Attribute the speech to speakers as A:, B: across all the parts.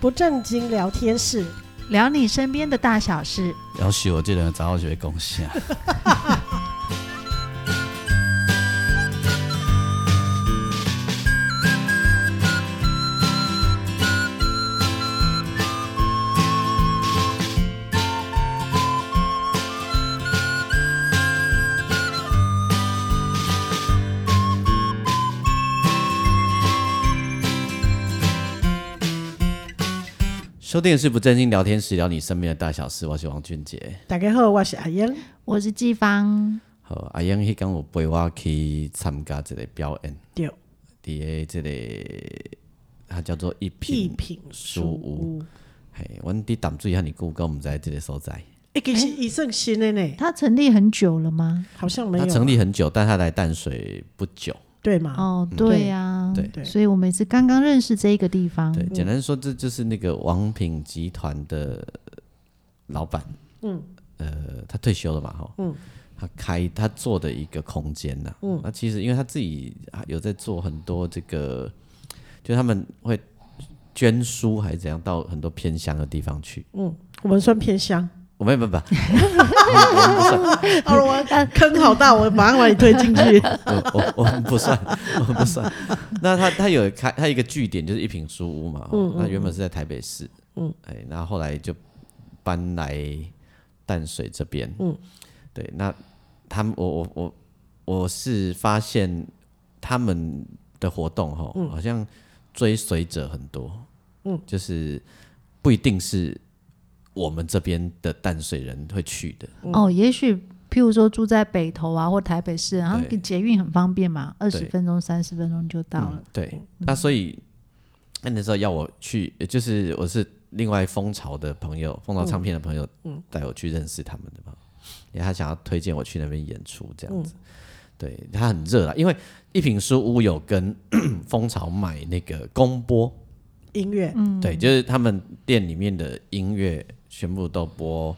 A: 不正经聊天室，
B: 聊你身边的大小事。
C: 要许我这人早就会贡献。收听的是不正经聊天室，聊你身边的大小事。我是王俊杰。
A: 大家好，我是阿燕。
B: 我是季芳，
C: 好，阿英迄天有陪我去参加一个表演，
A: 对，
C: 伫诶即个，它叫做一
A: 一
C: 品。
A: 品书
C: 书屋
A: 屋，
C: 嘿，阮伫淡水遐尼久，敢毋知即个所在。
A: 哎、其实一圣新的呢，
B: 它成立很久了吗？
A: 好像没有
C: 它
A: 啊
C: 成立很久，但它来淡水不久。
A: 对嘛？
B: 哦，对呀，
C: 对
A: 对
B: 所以我们也是刚刚认识这一个地方。
C: 对，简单说，这就是那个王品集团的老板，嗯，呃，他退休了嘛，哈，嗯，他开他做的一个空间呐、嗯，那其实因为他自己啊有在做很多这个，就他们会捐书还是怎样，到很多偏乡的地方去，哦
A: 我们算偏乡。
C: 我们不不，
A: 好了，我坑好大，我马上把你推进去。
C: 我我我们不算，我们不算。那他他有开他一个据点就是一品书屋嘛，哦那原本是在台北市，嗯，哎，然后后来就搬来淡水这边，嗯，对，那他们我我我我是发现他们的活动哈，好像追随者很多，嗯，就是不一定是我们这边的淡水人会去的，
B: 哦，也许譬如说住在北投啊，或台北市啊，
C: 对
B: 然后捷运很方便嘛，二
C: 对
B: 十分钟、三十分钟就到了
C: 嗯。对，那所以那那时候要我去，呃就是我是另外蜂巢的朋友，蜂巢唱片的朋友带我去认识他们的嘛，因为他想要推荐我去那边演出这样子。对他很热啦，因为一品书屋有跟 蜂巢买那个公播，
A: 音乐，
C: 对，就是他们店里面的音乐全部都播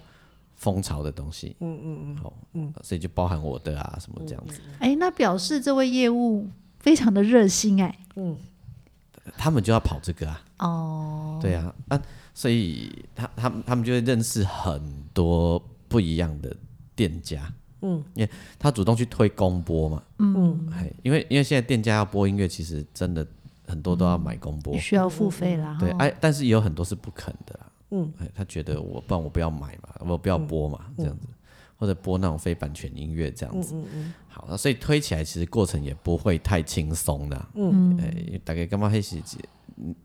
C: 蜂巢的东西，嗯嗯嗯，好，所以就包含我的啊什么这样子。
B: 哎，那表示这位业务非常的热心哎。
C: 他们就要跑这个啊。哦，对啊，啊，所以他他们他们就会认识很多不一样的店家。嗯，因为他主动去推公播嘛。嗯，因为因为现在店家要播音乐，其实真的很多都要买公播。
B: 需要付费啦。哦
C: 对，
B: 哈
C: 哎、但是也有很多是不肯的啦。嗯，他觉得我不然我不要买嘛，我不要播嘛，这样子，或者播那种非版权音乐这样子。嗯嗯好，那所以推起来其实过程也不会太轻松的。嗯，哎、大概干嘛黑是几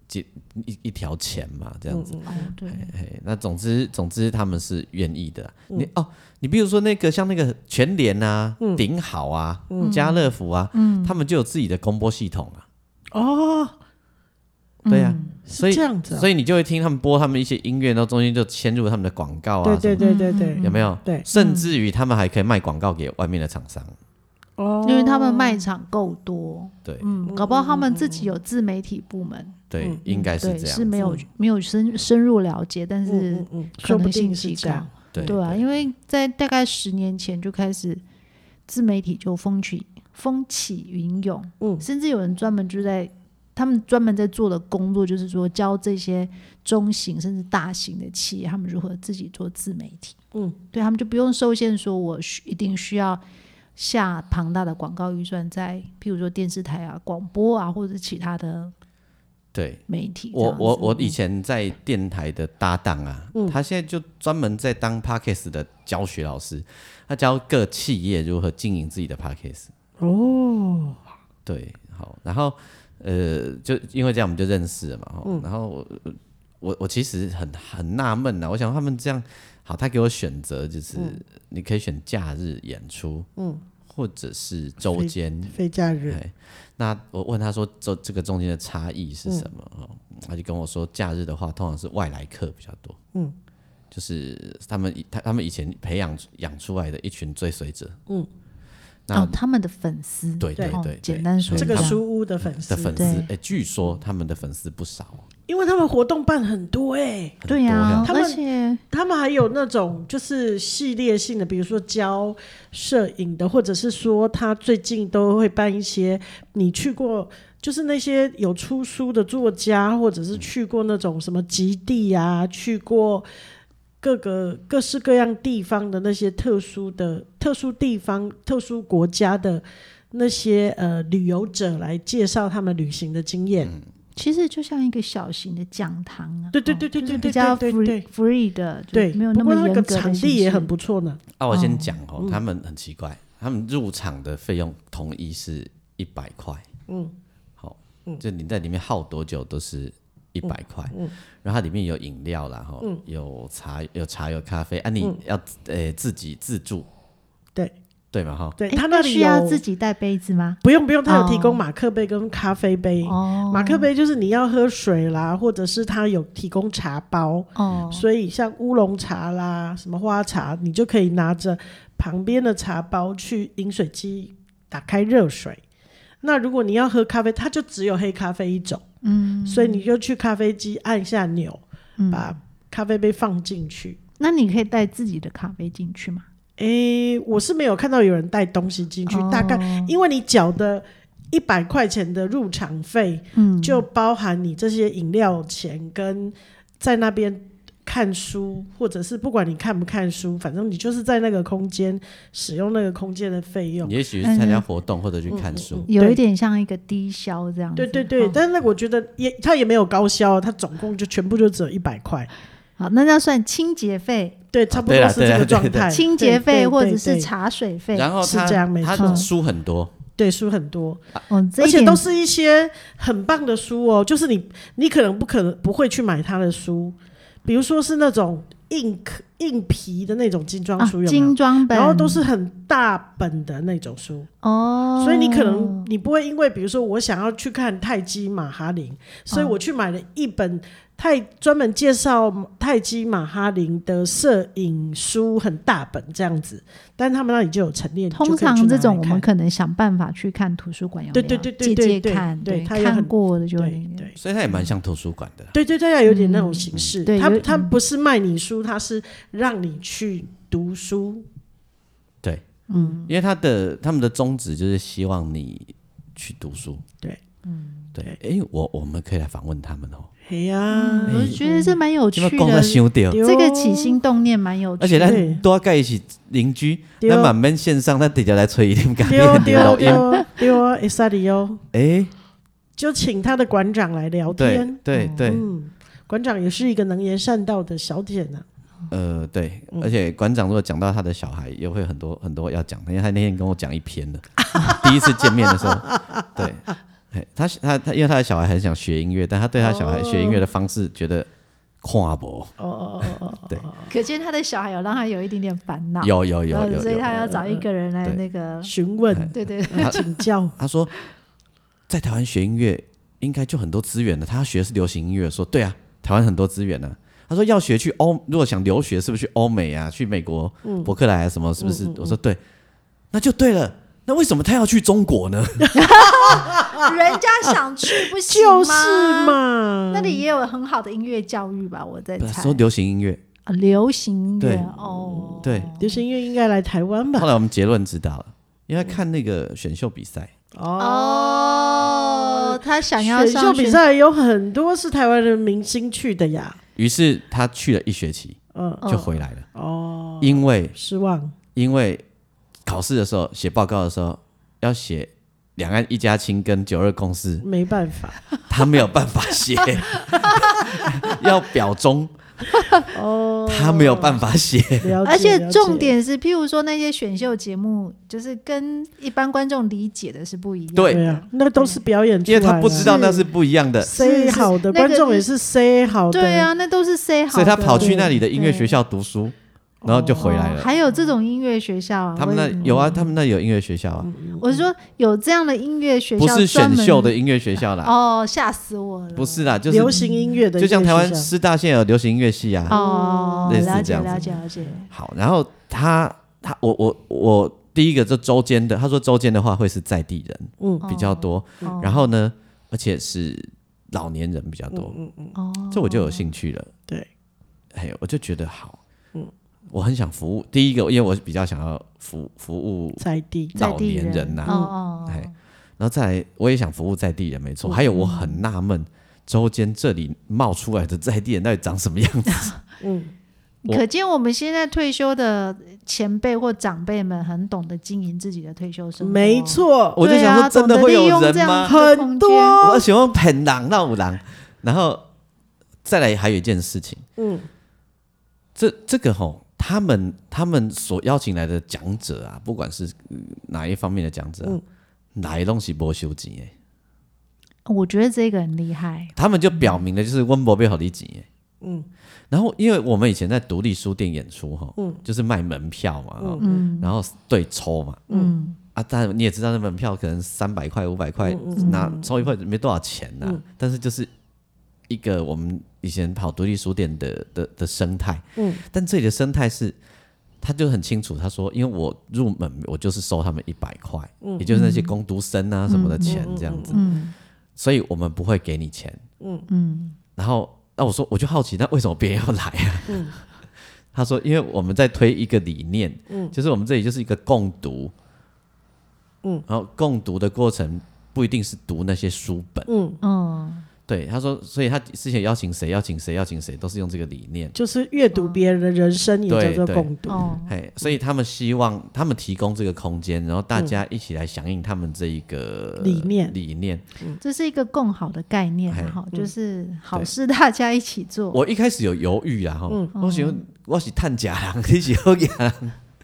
C: 几一一条钱嘛，这样子。
B: 哦，对，
C: 哎，那总之总之他们是愿意的啊。你哦，你比如说那个像那个全联啊、顶好啊、家乐福啊，他们就有自己的公播系统啊。
A: 哦，
C: 对啊，所以
A: 是这样子啊
C: 所以你就会听他们播他们一些音乐，然后中间就嵌入他们的广告啊，
A: 对对
C: 什
A: 对对对
C: 么，有没有？
A: 对
C: 甚至于他们还可以卖广告给外面的厂商，
A: 哦，
B: 因为他们卖场够多，
C: 对
B: 嗯，搞不好他们自己有自媒体部门，
C: 对，应该是
B: 对，
C: 这
B: 是
C: 样，
B: 没有没有深深入了解，但是
A: 嗯嗯，
B: 可
A: 说不
B: 能性
A: 定是
B: 极
A: 这
B: 高
A: 样。。
C: 对
B: 对啊，因为在大概十年前就开始自媒体就风起风起云涌，
A: 嗯
B: 甚至有人专门就在他们专门在做的工作，就是说教这些中型甚至大型的企业他们如何自己做自媒体。
A: 嗯，
B: 对他们就不用受限，说我需一定需要下庞大的广告预算在，譬如说电视台啊、广播啊，或者是其他的
C: 对。
B: 媒体这
C: 我
B: 样子。嗯
C: 我我以前在电台的搭档啊，他现在就专门在当 podcast 的教学老师，他教各企业如何经营自己的 podcast。
A: 哦，
C: 对，好，然后呃，就因为这样我们就认识了嘛，吼
B: 嗯
C: 然后我我我其实很很纳闷啊呐，我想他们这样好，他给我选择就是、
B: 嗯
C: 你可以选假日演出，嗯，或者是周间。
A: 非假日，
C: 哎，那我问他说这这个中间的差异是
B: 嗯
C: 什么？哦，他就跟我说，假日的话通常是外来客比较多，嗯，就是他们以他他们以前培养养出来的一群追随者，嗯，那
B: 哦，他们的粉丝
C: 对对
B: 哦
C: 对对
B: 简单说
A: 这个
B: 样
A: 书屋的粉丝
C: 的，粉丝，
B: 对
C: 哎、据说他们的粉丝不少哦，
A: 因为他们活动办很多哎，
C: 很
B: 对呀、啊
C: 多呀
A: 他们
B: 而且
A: 他们还有那种就是系列性的，比如说教摄影的，或者是说他最近都会办一些你去过就是那些有出书的作家，或者是去过那种什么极地啊，去过各个各式各样地方的那些特殊的、特殊地方、特殊国家的那些呃旅游者来介绍他们旅行的经验。
B: 其实就像一个小型的讲堂啊，
A: 对对
B: 哦
A: 对对
B: 就是
A: 对对
B: 比较
A: 对对
B: free free 的，就
A: 对，
B: 没有那
A: 不
B: 么
A: 过那
B: 严格
A: 个
B: 的
A: 场
B: 形
A: 地也
B: 式
A: 很不错呢。
C: 啊，我先讲哦，
A: 嗯
C: 他们很奇怪，他们入场的费用统一是一百块，嗯，好，
A: 嗯
C: 就你在里面耗多久都是一百块，然后它里面有饮料啦，哈，
A: 嗯
C: 有茶有茶有咖啡，啊，你要呃自己自助，
A: 对
C: 对嘛哈，
A: 对
B: 诶
A: 他
B: 那
A: 哎那里
B: 需要
A: 有
B: 自己带杯子吗？
A: 不用不用，他有提
B: 哦
A: 供马克杯跟咖啡杯。
B: 哦
A: 马克杯就是你要喝水啦，或者是他有提供茶包，
B: 哦，
A: 所以像乌龙茶啦、什么花茶，你就可以拿着旁边的茶包去饮水机打开热水。那如果你要喝咖啡，它就只有黑咖啡一种，嗯，所以你就去咖啡机按一下钮，
B: 嗯
A: 把咖啡杯放进去。
B: 那你可以带自己的咖啡进去吗？
A: 诶，我是没有看到有人带东西进去，大概
B: 哦
A: 因为你缴的一百块钱的入场费，
B: 嗯，
A: 就包含你这些饮料钱跟在那边看书，或者是不管你看不看书，反正你就是在那个空间使用那个空间的费用
C: 你。也许是
A: 嗯
C: 参加活动或者去看书，
B: 有
A: 对
B: 一点像一个低消这样子。
A: 对对对，
B: 哦
A: 但是那个我觉得也他也没有高消，他总共就全部就只有一百块，
B: 好，那要算清洁费、
A: 对，差不多
C: 对啦
A: 是这
C: 对啦
A: 个状态。
B: 清洁
A: 哎对
B: 费
A: 对
B: 或者
A: 对
B: 是
A: 对
B: 茶水费。
C: 然后
A: 是
C: 他
A: 这样没
C: 他
B: 错
C: 书很多，
A: 对书很多，
B: 哦，这
A: 而
B: 一
A: 且
B: 点
A: 都是一些很棒的书哦，就是你你可能不可能不会去买他的书，比如说是那种硬壳硬皮的那种精装
B: 啊
A: 书，有没有？
B: 精装本，
A: 然后都是很大本的那种书，
B: 哦，
A: 所以你可能你不会因为比如说我想要去看泰姬马哈林，所以我去买了一本泰专门介绍泰姬马哈林的摄影书，很大本这样子，但他们那里就有陈列，
B: 通
A: 你
B: 常
A: 就可以去拿
B: 这
A: 来
B: 种我们
A: 看
B: 可能想办法去看图书馆有
A: 对
B: 没有，
A: 对对对
B: 借借
A: 对
B: 看，
A: 对它有
B: 看
A: 很
B: 过的就那
A: 对
B: 个。
A: 对。
C: 所以他也蛮像图书馆的。
A: 对对对，要有点那种形式。
B: 嗯对
A: 他
B: 有
A: 他不是卖你书，他是让你去读书。
C: 对，嗯，因为他的他们的宗旨就是希望你去读书。
A: 对，
C: 嗯，对，哎、我我们可以来访问他们哦，
A: 嘿呀，
C: 哎
B: 我觉得这蛮有趣
C: 因为讲到
B: 的，
C: 想掉，
A: 对哦
B: 这个起心动念蛮有趣的，
C: 而且
A: 对
C: 咱多盖一起邻居，
A: 对
C: 咱满面线上，咱直接来吹一点感
A: 丢
C: 觉
A: 丢
C: 抖音。
A: 丢丢 啊，会使你哦。
C: 哎，
A: 就请他的馆长来聊
C: 对
A: 天。
C: 对对，
A: 嗯，馆长也是一个能言善道的小姐呢。
C: 呃对，
A: 嗯
C: 而且馆长如果讲到他的小孩，也会很多很多要讲，因为他那天跟我讲一篇的， 第一次见面的时候，对。哎他他他，因为他的小孩很想学音乐，但他对他小孩学音乐的方式觉得跨博，
A: 哦哦哦哦哦，
B: 可见他的小孩有让他有一点点烦恼，
C: 有有有
B: 呃
C: 有有，
B: 所以他要找一个人来
C: 对
B: 那个
A: 哦，询问
B: 对对， 对
C: 他
A: 请 教。
C: 他说，在台湾学音乐应该就很多资源了。他学的是流行音乐，说对啊，台湾很多资源呢、啊他说要学去欧，如果想留学，是不是去欧美啊？去美国、
B: 嗯
C: 伯克莱啊什么？是不是？我说对，那就对了。那为什么他要去中 国呢？
B: 人家想去不行
A: 就是
B: 吗？
A: 嘛，
B: 那里也有很好的音乐教育吧，我在猜
C: 说。流行音乐。
B: 啊流行音乐
C: 对
B: 哦，
C: 对，
A: 流行音乐应该来台湾吧
C: 后？来我们结论知道了，因为看那个选秀比赛，
B: 哦，他想要
A: 选
B: 上
A: 秀比赛有很多是台湾的明星去的呀。
C: 于是他去了一学期
A: 嗯，
C: 就回来了。哦，因为
A: 失望。
C: 因为考试的时候写报告的时候要写两岸一家亲跟九二共识，
A: 没办法，
C: 他没有办法写， 要表忠，
A: 哦
C: 他没有办法写。
A: 了解。
B: 哦而且
A: 了解
B: 重，点是，譬如说那些选秀节目，就是跟一般观众理解的是不一样的。
A: 对啊，那都是表演出
C: 因
A: 来
C: 为
A: 的，
C: 他不知道那是不一样的，
A: 塞好的，
B: 是是那
A: 观
B: 个
A: 众也是塞好的。
B: 对，啊，那都是 say 好的，
C: 所以他跑去那里的音乐学校读书，然后就回来
B: 哦
C: 了。
B: 还有这种音乐学
A: 哦
B: 校啊，
C: 他们
B: 我
C: 那
B: 也嗯
C: 有啊，他们那有音乐学校
A: 嗯
C: 啊，
B: 我是说有这样的音乐学校，
C: 不是选秀的音乐学校啦，
B: 哦，吓死我了，
C: 不是啦，就
A: 流
C: 是
A: 行音乐的音乐学校，
C: 就像台湾师大现在有流行音乐系啊。
B: 哦，
C: 类似
B: 了
C: 这
B: 解
C: 样子
B: 了解了解，
C: 好，然后他他我我我第一个就周间的，他说周间的话会是在地人，
A: 嗯
C: 比较多，
B: 哦
C: 然后呢，而且是老年人比较多，
B: 哦，
C: 这我就有兴趣了。
A: 对，
C: 哎，我就觉得好，嗯，我很想服务。第一个，因为我比较想要服服务
A: 在地
B: 在
C: 老
B: 地
C: 年人呐、啊
A: 嗯
B: 哦哦，
C: 哎、然后再来，我也想服务在地人，没错。还有，我很纳闷，周间这里冒出来的在地人到底长什么样子？
A: 嗯，
C: 我
B: 可见我们现在退休的前辈或长辈们很懂得经营自己的退休生活，
A: 没错，
C: 我就
B: 对
C: 想
B: 啊
C: 说，真的
B: 懂得
C: 会
B: 利
C: 有
B: 用
C: 人
B: 这样
C: 吗？
B: 这个
A: 很
B: 空间
A: 多，
C: 我喜欢捧狼闹狼，然后再来还有一件事情，
A: 嗯，
C: 这这个吼，他们他们所邀请来的讲者啊，不管是嗯哪一方面的讲者、啊，哪一东西不收钱哎，
B: 我觉得这个很厉害，
C: 他们就表明了就是温博被好利钱哎，嗯，然后因为我们以前在独立书店演出哈，就是卖门票嘛，哦
B: 嗯
C: 然后对抽嘛，
B: 嗯，
C: 啊，但你也知道那门票可能三百块五百块
B: 嗯
C: 拿抽一块没多少钱呐、但是就是一个我们以前跑独立书店的的的生态，
A: 嗯
C: 但这里的生态是，他就很清楚，他说，因为我入门我就是收他们一百块，也就是那些工读生啊什么的钱这样子，
B: 嗯
C: 所以我们不会给你钱，
B: 嗯
C: 然后那我说我就好奇，那为什么别人要来啊？
B: 嗯
C: 他说，因为我们在推一个理念，就是我们这里就是一个共读，
A: 嗯，
C: 然后共读的过程不一定是读那些书本，
A: 嗯，
B: 嗯，
C: 对，他说，所以他之前邀请谁，邀请谁，邀请谁，都是用这个理念，
A: 就是阅读别人的人生也叫
C: 对
A: 做
C: 对
A: 共读，
B: 哦，
C: 哎，所以他们希望他们提供这个空间，然后大家一起来响应他们这一个
A: 理念
C: 理念。
A: 嗯
B: 这是一个共好的概念啊
C: 哎
B: 哈，就是好事大家一起做，
C: 我一开始有犹豫啊，哈、
A: 嗯
C: 我想我是探假郎，你是好假郎，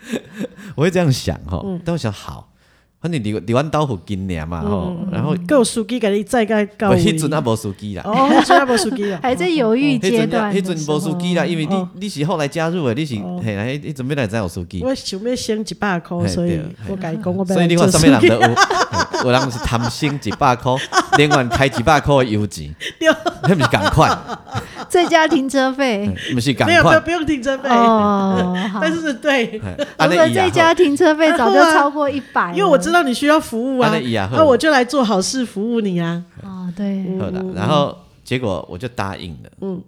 C: 我会这样想哈、
A: 嗯
C: 但我想好，反正离离完刀虎近年嘛哈、
A: 嗯
C: 然后
A: 够书记给你再盖高
C: 我迄阵啊无手机啦，
A: 哦，那阵还没书 记啊，
B: 还在犹豫
C: 迄
B: 阶
C: 阵啊
B: 段的
C: 迄
B: 时候，
C: 阵无手机啦，因为你、
A: 哦
C: 你是后来加入的，你是
A: 哦
C: 嘿啦，迄阵要来才有手机，
A: 我想要省一百块，
C: 嘿
A: 所以
C: 对
A: 我改讲我
C: 所以你
A: 要
C: 看
A: 做
C: 上
A: 书
C: 面人
A: 记
C: 都有，嘿有人是贪心一百 块，连晚开一百块的油钱，
A: 对
C: 那不是赶快，
B: 再加哦停车费，
C: 不是赶
A: 没有没有
C: 快，
A: 不用停车费，
B: 哦，好哎
A: 但是嗯 对，
C: 嘿
B: 如果再，加停车费，早就
A: 啊
B: 超过一百 了，
A: 因为我知道你需要服务啊
C: 安，尼伊也好，
A: 那我就来做好事服务你啊，
B: 哦，对，
C: 好
A: 嗯
C: 了，然后结果我就答应了。嗯，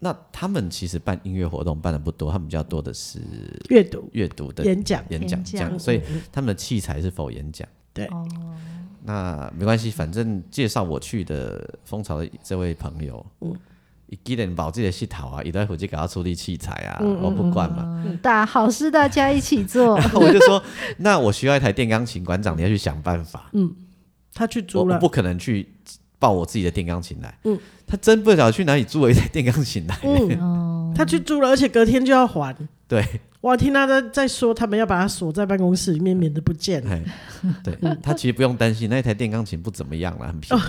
C: 那他们其实办音乐活动办的不多，他们比较多的是
A: 阅读
C: 阅读的
A: 演讲，
C: 演讲
B: 演
C: 这
B: 讲
C: 样，所以他们的器材是否演讲？
A: 对
B: 哦，
C: 那没关系，反正介绍我去的蜂巢的这位朋友，嗯，一既然把自己的系统啊，一段回去给他处理器材啊，我不管嘛。
A: 嗯
B: 大好事大家一起做，
C: 然后 我就说，那我需要一台电钢琴，馆长你要去想办法。
A: 他去
C: 我
A: 租
C: 我
A: 了
C: 不，可能去抱我自己的电钢琴来。嗯，他真不晓得去哪里租了一台电钢琴来。
A: 嗯，
B: 哦，
A: 他去租了，而且隔天就要还。
C: 对，
A: 我听他在在说，他们要把他锁在办公室里面，免得不见。
C: 哎，对他其实不用担心，那一台电钢琴不怎么样了，很便宜。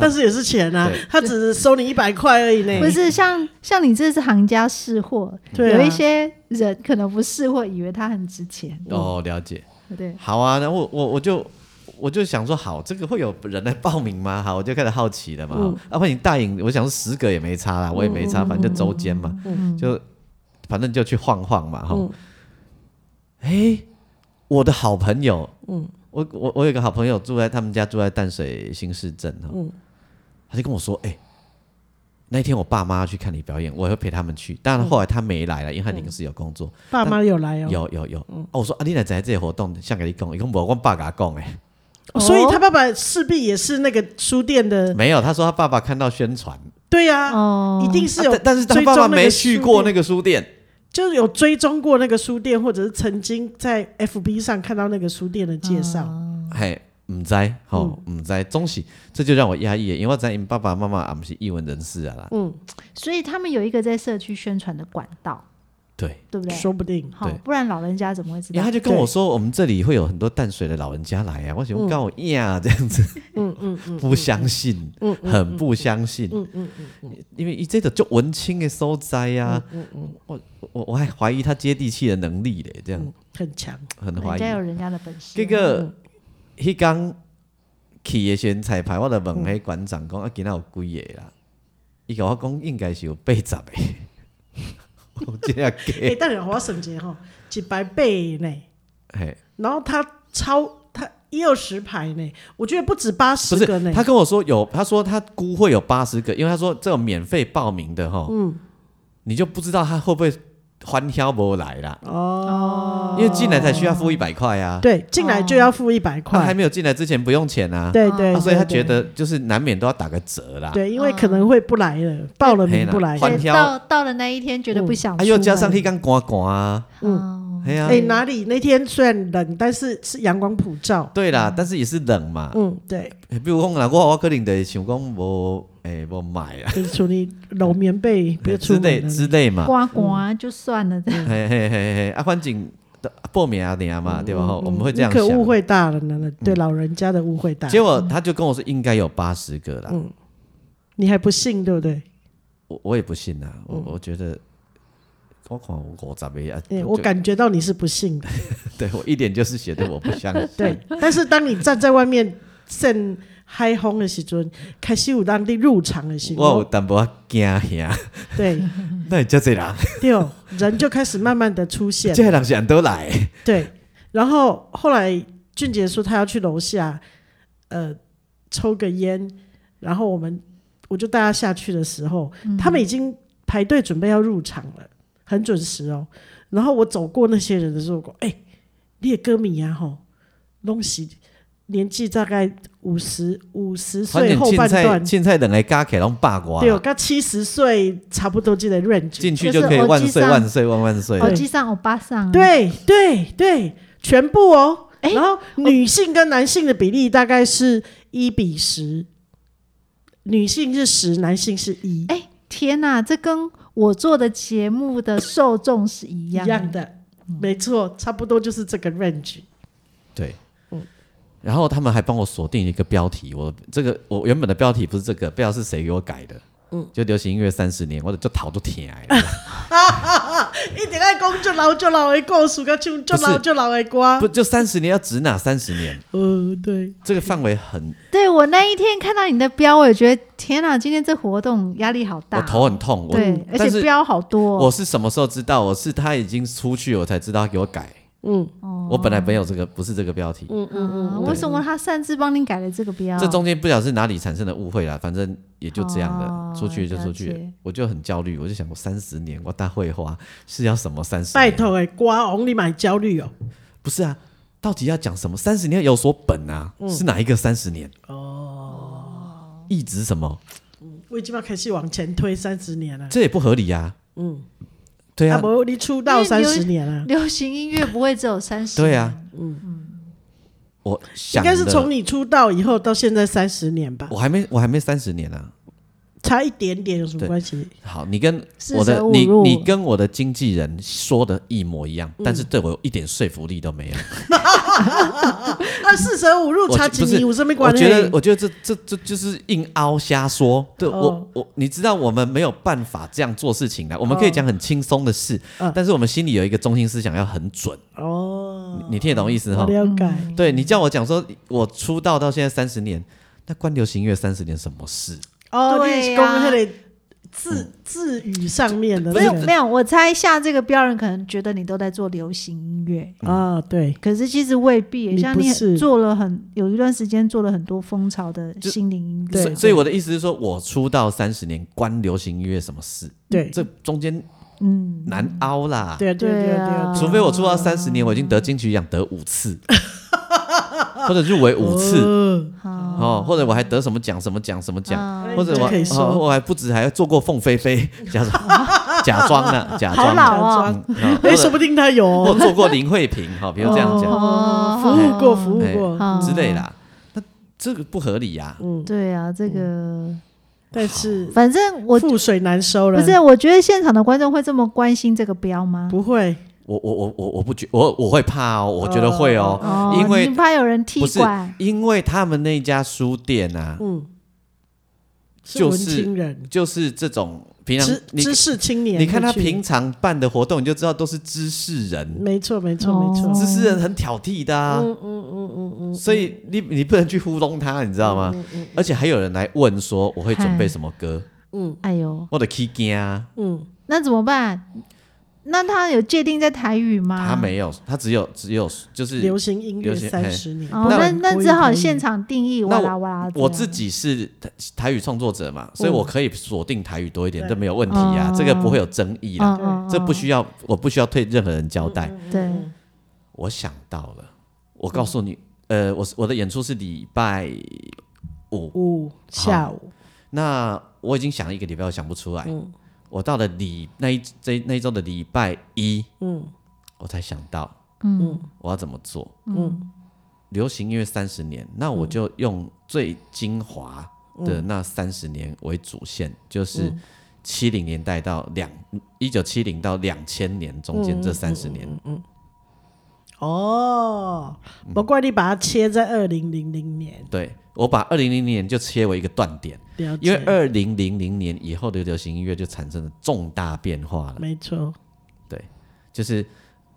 A: 但是也是钱啊
C: 对，
A: 他只收你一百块而已呢。
B: 不是像像你这是行家试货，
A: 对啊
B: 有一些人可能不试货，以为它很值钱，
C: 哦，了解。
B: 对不对？
C: 好啊，那我我我就我就想说，好，这个会有人来报名吗？ 好，我就开始好奇了嘛。
A: 嗯
C: 啊，欢迎大影，我想说十个也没差啦，我也没差，反正就周间嘛，就反正就去晃晃嘛，哈。哎、我的好朋友，嗯，我我我有个好朋友住在他们家住在淡水新市镇哈，他就跟我说，哎、那一天我爸妈要去看你表演，我也会陪他们去。当然后来他没来了，因为他临时有工作。
A: 爸妈有来哦，
C: 有有有，哦，我说啊，你来参加这个活动，想跟你讲，伊讲无，我爸甲讲诶，
A: 哦所以他爸爸势必也是那个书店的。
C: 没有，他说他爸爸看到宣传，
A: 对呀，
B: 哦，
A: 一定
C: 啊
A: 是有
C: 但，但是他
A: 追
C: 爸
A: 踪
C: 爸
A: 那个
C: 没去
A: 书
C: 过那
A: 店，
C: 个书店，
A: 就是有追踪过那个书店，或者是曾经在 FB 上看到那个书店的介绍。
B: 哦
C: 嘿，唔知吼，唔知，总是这就让我压抑了，因为我知道因爸爸妈妈啊，不是艺文人士啊啦，
A: 嗯，
B: 所以他们有一个在社区宣传的管道，
C: 对，
B: 对不对？
A: 说不定
B: 好
C: 对，
B: 不然老人家怎么会知
C: 然
B: 道
C: 后他？就跟我说，我们这里会有很多淡水的老人家来啊，我想说跟我呀这样子，嗯嗯，不相信，很不相信，嗯嗯嗯，因为一这种就文青的所在呀，嗯嗯，我我我还怀疑他接地气的能力嘞，这样。
A: 很强，
C: 很
B: 人
C: 怀
B: 哦家有
C: 疑。
B: 人家的本事，
C: 这个迄天去的时阵彩排，我就问迄馆长讲、啊，今仔有几个啦？伊甲我讲应该是有八十个。我这样
A: 哎，
C: 给，
A: 但是我省钱哈，几百倍呢。
C: 嘿，
A: 然后他超他也有十排呢，我觉得不止八
C: 不
A: 十
C: 是
A: 个呢。
C: 他跟我说有，他说他估会有八十个，因为他说这种免费报名的哈，嗯，你就不知道他会不会欢挑不来啦。哦，因为进来才需要付一百块啊，
A: 对，进来就要付一百
C: 他啊还
A: 块，
C: 没有进来之前不用钱啊，
A: 对
B: 啊
A: 对，
C: 啊所以他
A: 对
C: 觉得啊就是难免都要打个折啦。
A: 对，因为可能会不来了，
C: 嗯
A: 报了名不来
C: 换
A: 了
B: 对，
C: 挑
B: 到到了那一天，觉得不想出
C: 啊，
B: 门。
C: 又加上去刚刮刮啊，
B: 嗯，
C: 哎呀、
A: 哎，哪里那天虽然冷，但是是阳光普照，
C: 对啦，但是也是冷嘛。
A: 嗯，对，
C: 欸比如讲，若我我可能就会想讲无诶无买啊，
A: 就是处理揉棉被，别出
C: 之类
A: 门了。啊
C: 之类嘛。
B: 嗯刮刮就算了，
C: 嘿嘿嘿嘿，啊，反正都报名啊，你啊嘛，对吧？吼，我们会这
A: 嗯
C: 样
A: 你可
C: 想。嗯
A: 误会嗯大了呢，对老人家的误会大，
C: 结果他就跟我说应该有八十个
A: 嗯
C: 啦，
A: 你还不信对不对？
C: 我我也不信啊，我我觉得我看有五十个啊，
A: 嗯哎
C: 就
A: 我感觉到你是不信的，
C: 对我一点就是写的我不相信。
A: 对。但是当你站在外面正嗨轰的时阵，开始有当地入场的时
C: 我有
A: 候，
C: 淡薄仔惊吓，
A: 对
C: 那遮这人，
A: 对哦，人就开始慢慢的出现，
C: 这人是安都来的，
A: 对，然后后来俊杰说他要去楼下，呃，抽个烟，然后我们我就带他下去的时候，他们已经排队准备要入场了，很准时哦。然后我走过那些人的时候，我说哎、列歌迷啊吼，东西年纪大概五十五十
C: 反
A: 岁
C: 正
A: 后
C: 凊
A: 半
C: 彩
A: 段，
C: 凊彩两个加起来拢百外啊
A: 对，
C: 啦，
A: 跟七十岁差不多这个 range。
C: 进去就可以万岁万岁万万岁。
B: 哦耳机上欧巴
C: 嗯
B: 桑。，
A: 对对对，全部哦。
B: 诶
A: 然后女性跟男性的比例大概是一比十，女性是十，男性是一，
B: 哎，天哪，这跟我做的节目的受众是一
A: 一
B: 样
A: 样的，
C: 嗯
A: 没错，差不多就是这个 range。
C: 对，
B: 嗯
C: 然后他们还帮我锁定一个标题，我这个我原本的标题不是这个，不知道是谁给我改的。嗯，就流行音乐三十年，我就讨都天癌，
A: 一点爱讲就老就老的故事，个唱就老就老的歌
C: 不。就三十年要指哪三十年？
A: 呃，对，
C: 这个范围很，
B: 对我那一天看到你的标，我也觉得天哪，今天这活动压力好大
C: 我
B: 哦。
C: 头很痛。我嗯
B: 对，而且
C: 但是
B: 标好多
C: 我
B: 哦。
C: 是什么时候知道？我是他已经出去，我才知道他给我改。
A: 嗯，
C: 我本来没有这个，不是这个标题。
B: 嗯，为什么他擅自帮你改了这个标？
C: 这中间不晓得是哪里产生的误会啦，反正也就这样的，
B: 哦
C: 出去就出
B: 了
C: 去
B: 解，
C: 我就很焦虑，我就想我三十年我大会花是要什么三十？
A: 拜托哎，歌王你买焦虑哦。
C: 不是啊，到底要讲什么？三十年有所本啊，
A: 嗯
C: 是哪一个三十年？哦，一直什么？
A: 我已经要开始往前推三十年了，
C: 这也不合理呀、嗯，对
A: 啊
C: 啊，
A: 不，你出道
B: 因为
A: 三
B: 你有
A: 十年了，
B: 流行音乐不会只有三十。
C: 对啊，，嗯我
A: 应
C: 想
A: 该是
C: 的
A: 从你出道以后到现在三十年吧
C: 我，还没我还没三十年啊。
A: 差一点点有什么
C: 对
A: 关系？
C: 好，你跟
B: 四
C: 我的
B: 舍五
C: 你
B: 入
C: 你跟我的经纪人说的一模
A: 嗯
C: 一样，但是对我一点说服力都没有。
A: 啊，四舍五入
C: 我
A: 差
C: 不
A: 几
C: 是
A: 米有什么
C: 我
A: 关系？
C: 觉得，我觉得这这这就是硬凹瞎说。对、
A: 哦
C: 我，我你知道我们没有办法这样做事情的，我们可以讲很轻松的事，
A: 嗯
C: 但是我们心里有一个中心思想要很准。
A: 哦，
C: 你你听得懂意思
A: 我
C: 哈？
A: 了解。
C: 对你叫我讲说，我出道到现在三十年，那关流行乐三十年什么事？
A: 哦，
B: 对
A: 你是
B: 呀
A: 讲那个
C: 嗯
A: 字字语上面的
B: 没
A: 那
B: 有
A: 个
B: 没有，我猜下这个标人可能觉得你都在做流行音乐，
C: 嗯
A: 啊，对，
B: 可是其实未必。
A: 你
B: 像
A: 不
B: 你
A: 是
B: 做了很有一段时间做了很多风潮的心灵音
A: 对
B: 乐，
C: 所以所以我的意思是说，我出道三十年，关流行音乐什么事？
A: 对
C: 这中间
B: 嗯，
C: 难凹啦。
A: 对对对
B: 对
A: 对
B: 啊
A: 对，
C: 除非我出道三十年，我已经得金曲奖得五 次，或者入围五次。
A: 次，
B: 好，
C: 哦，或者我还得什么奖什么奖什么奖，
B: 嗯
C: 或者我
A: 这可以说
C: 哦我还不止还做过凤飞 飞，假装假装呢，假
B: 好老
C: 装
A: 假
B: 哦，
A: 装
C: 嗯哦
A: 哎，
C: 或
A: 说
C: 者
A: 不定他有
C: 我
A: 哦
C: 做过林慧萍，哈，比如这样讲
A: 哦
B: 哦
A: 服务过，服务
C: 哎
A: 过，
B: 哦
C: 之类啦，那这个不合理呀。
A: 嗯，
B: 对啊，这个
A: 但是
B: 反正我
A: 覆水难收了，
B: 不是，我觉得现场的观众会这么关心这个标吗？
A: 不会，
C: 我我我我我不觉我我会怕哦，我觉得会哦，
B: 哦，
C: 因为
B: 你怕有人踢
C: 不是
B: 馆，
C: 因为他们那家书店啊，
A: 嗯，是
C: 就
A: 文
C: 是
A: 青人，
C: 就是这种平常
A: 知
C: 你
A: 知识青年会去，
C: 你看他平常办的活动，你就知道都是知识人，
A: 没错没错没
B: 哦
A: 错，
C: 知识人很挑剔的啊。
A: 嗯嗯嗯嗯嗯，
C: 所以你你不能去糊弄他，你知道吗？而且还有人来问说我会准备什么歌，
B: 哎呦，
C: 我的 K 歌啊，
A: 嗯，
B: 那怎么办？那它有界定在台语吗？
C: 他。没有，他只有只有就是
A: 流行音乐
C: 流行
A: 三十年，
B: 哦，
A: 不
B: 那
A: 然
B: 那
A: 国语
B: 只好
A: 台语
B: 现场定义
C: 那
B: 哇啦哇
A: 啊
B: 啦这样。
C: 我自己是台台语创作者嘛，所以我可以锁定台语多一点，
A: 嗯对哦
C: 这没有问题啊
B: 哦，
C: 这个不会有争议啦，
B: 嗯，嗯
C: 啊这不需要，我不需要对任何人交代。
B: 嗯对
C: 我想到了，我告诉你，呃，我是我的演出是礼拜五，
A: 五下午，
C: 那我已经想了一个礼拜，我想不出来。
A: 嗯
C: 我到了礼那一这那一周的礼拜一，
A: 嗯
C: 我才想到
A: 嗯
C: 我要怎么做。
A: 嗯
C: 流行音乐三十年，那我就用最精华的
A: 嗯
C: 那三十年为主线，就是七零年代到两一九七零到两千年中
A: 嗯
C: 间这三十年，
A: 哦，
C: 嗯
A: 不怪你把它切在二零零零年，
C: 对我把二零零零年就切为一个断点，
A: 了解，
C: 因为二零零零年以后的流行音乐就产生了重大变化了，
A: 没错，
C: 就是。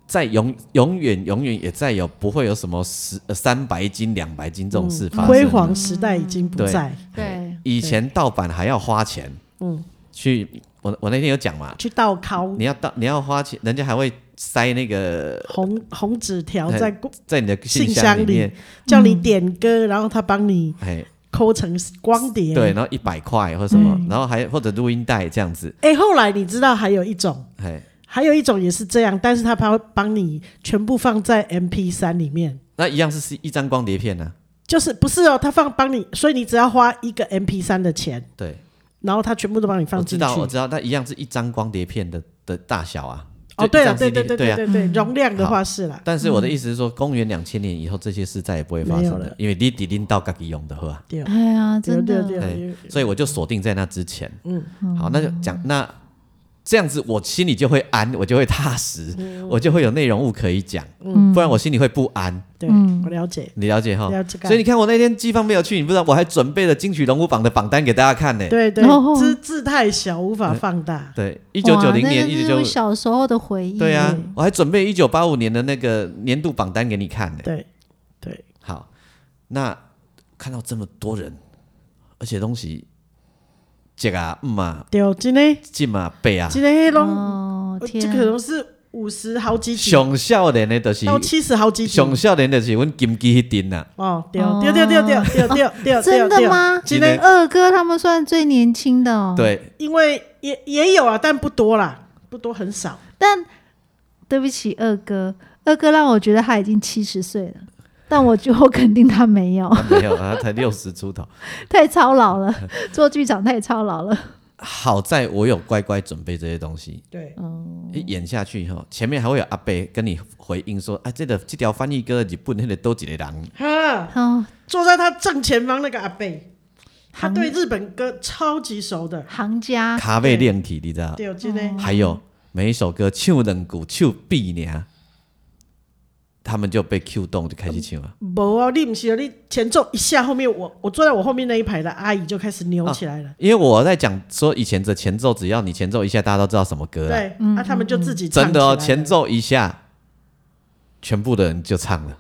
C: 在永永远永远也再有不会有什么十呃三百斤两百斤这种事发生了，
A: 辉煌时代已经不
C: 对
A: 在，
B: 对，
C: 以前盗版还要花钱，
A: 嗯
C: 去我我那天有讲嘛，
A: 去倒拷
C: 你要到你要花钱，人家还会塞那个
A: 红红纸条在过
C: 在你的
A: 信箱
C: 箱面
A: 里，叫你点歌，然后他帮你
C: 哎，
A: 抠成光碟。
C: 对，然后一百块或什么，
A: 嗯
C: 然后还或者录音带这样子，
A: 哎、后来你知道还有一种，
C: 哎，
A: 还有一种也是这样，但是他帮帮你全部放在 MP 三里面，
C: 那一样是是一张光碟片啊呢、
A: 就是不是哦，他放帮你，所以你只要花一个 MP 三的钱，
C: 对，
A: 然后他全部都帮你
C: 我
A: 放
C: 知
A: 进
C: 道我
A: 去。
C: 知道，那一样是一张光碟片的的大小啊。
A: 哦，
C: 就一
A: 对了，
C: 张
A: 对
C: CD
A: 对对
C: 对
A: 对
C: 啊。
A: 对对，容量的话是啦，
C: 但是我的意思是说，公元两千年以后，这些事再也不会发
A: 没
C: 生
A: 有
C: 了
A: 了，
C: 因为你底定到自己用的话。
A: 对
B: 哎呀，
A: 对
B: 真
A: 对
B: 的，
A: 对，
C: 哎所以我就锁定在那之前。嗯，好，那就讲那这样子，我心里就会安，我就会踏实，我就会有内容物可以讲，不然我心里会不安。
A: 对
B: 嗯
A: 我了解，
C: 你了解哈？
A: 了解。
C: 所以你看，我那天季芳没有去，你不知道，我还准备了金曲龙虎榜的榜单给大家看呢。
A: 对对
B: 哦，
A: 字字太小，无法放大。
C: 对，一九九零年，
B: 哇那
C: 一
B: 是
C: 九
B: 我
C: 九，
B: 小时候的回忆。
C: 对啊，我还准备一九八五年的那个年度榜单给你看呢。
A: 对对，
C: 好，那看到这么多人，而且东西，这啊，嗯啊，
A: 对，哦今天
C: 进啊，背啊，
A: 今天龙，
B: 哦
A: 呃
B: 天
A: 这
B: 啊，
A: 可能是五十好几集
C: 上少年的就是
A: 到七十好几集。
C: 上少年就是阮金鸡迄阵啊呐，
A: 哦，对对对对对对对对，
B: 哦真的？吗？
C: 今天
B: 二哥他们算最年轻的哦。，
C: 对，
A: 因为也也有啊，但不多啦，不多很少。
B: 但对不起，二哥，二哥让我觉得他已经七十岁了，但我就我肯定他没有，
C: 他没有，他才六十出头。
B: 太操劳 了，做剧场太操劳了。
C: 好在我有乖乖准备这些东西，
A: 对，
B: 嗯
A: 哦
C: 一演下去以后，前面还会有阿伯跟你回应说：“啊，这个这条翻译歌日本那个都几个
A: 啊
C: 人，
A: 哈，
B: 哦，
A: 坐在他正前方那个阿贝，他对日本歌超级熟的。
B: 行家，
C: 咖啡练体，你知道？
A: 对，今
B: 哦
A: 天
C: 还有每一首歌唱两句，唱必呢，他们就被 Q 动，就开始唱了。
A: 无啊，你不是你前奏一下，后面我我坐在我后面那一排的阿姨就开始扭起来了。
C: 因为我在讲说以前的前奏，只要你前奏一下，大家都知道什么歌了。
A: 对，
B: 嗯
A: 啊，他们就自己唱
C: 真的哦，
A: 起来了
C: 前奏一下，全部的人就唱了，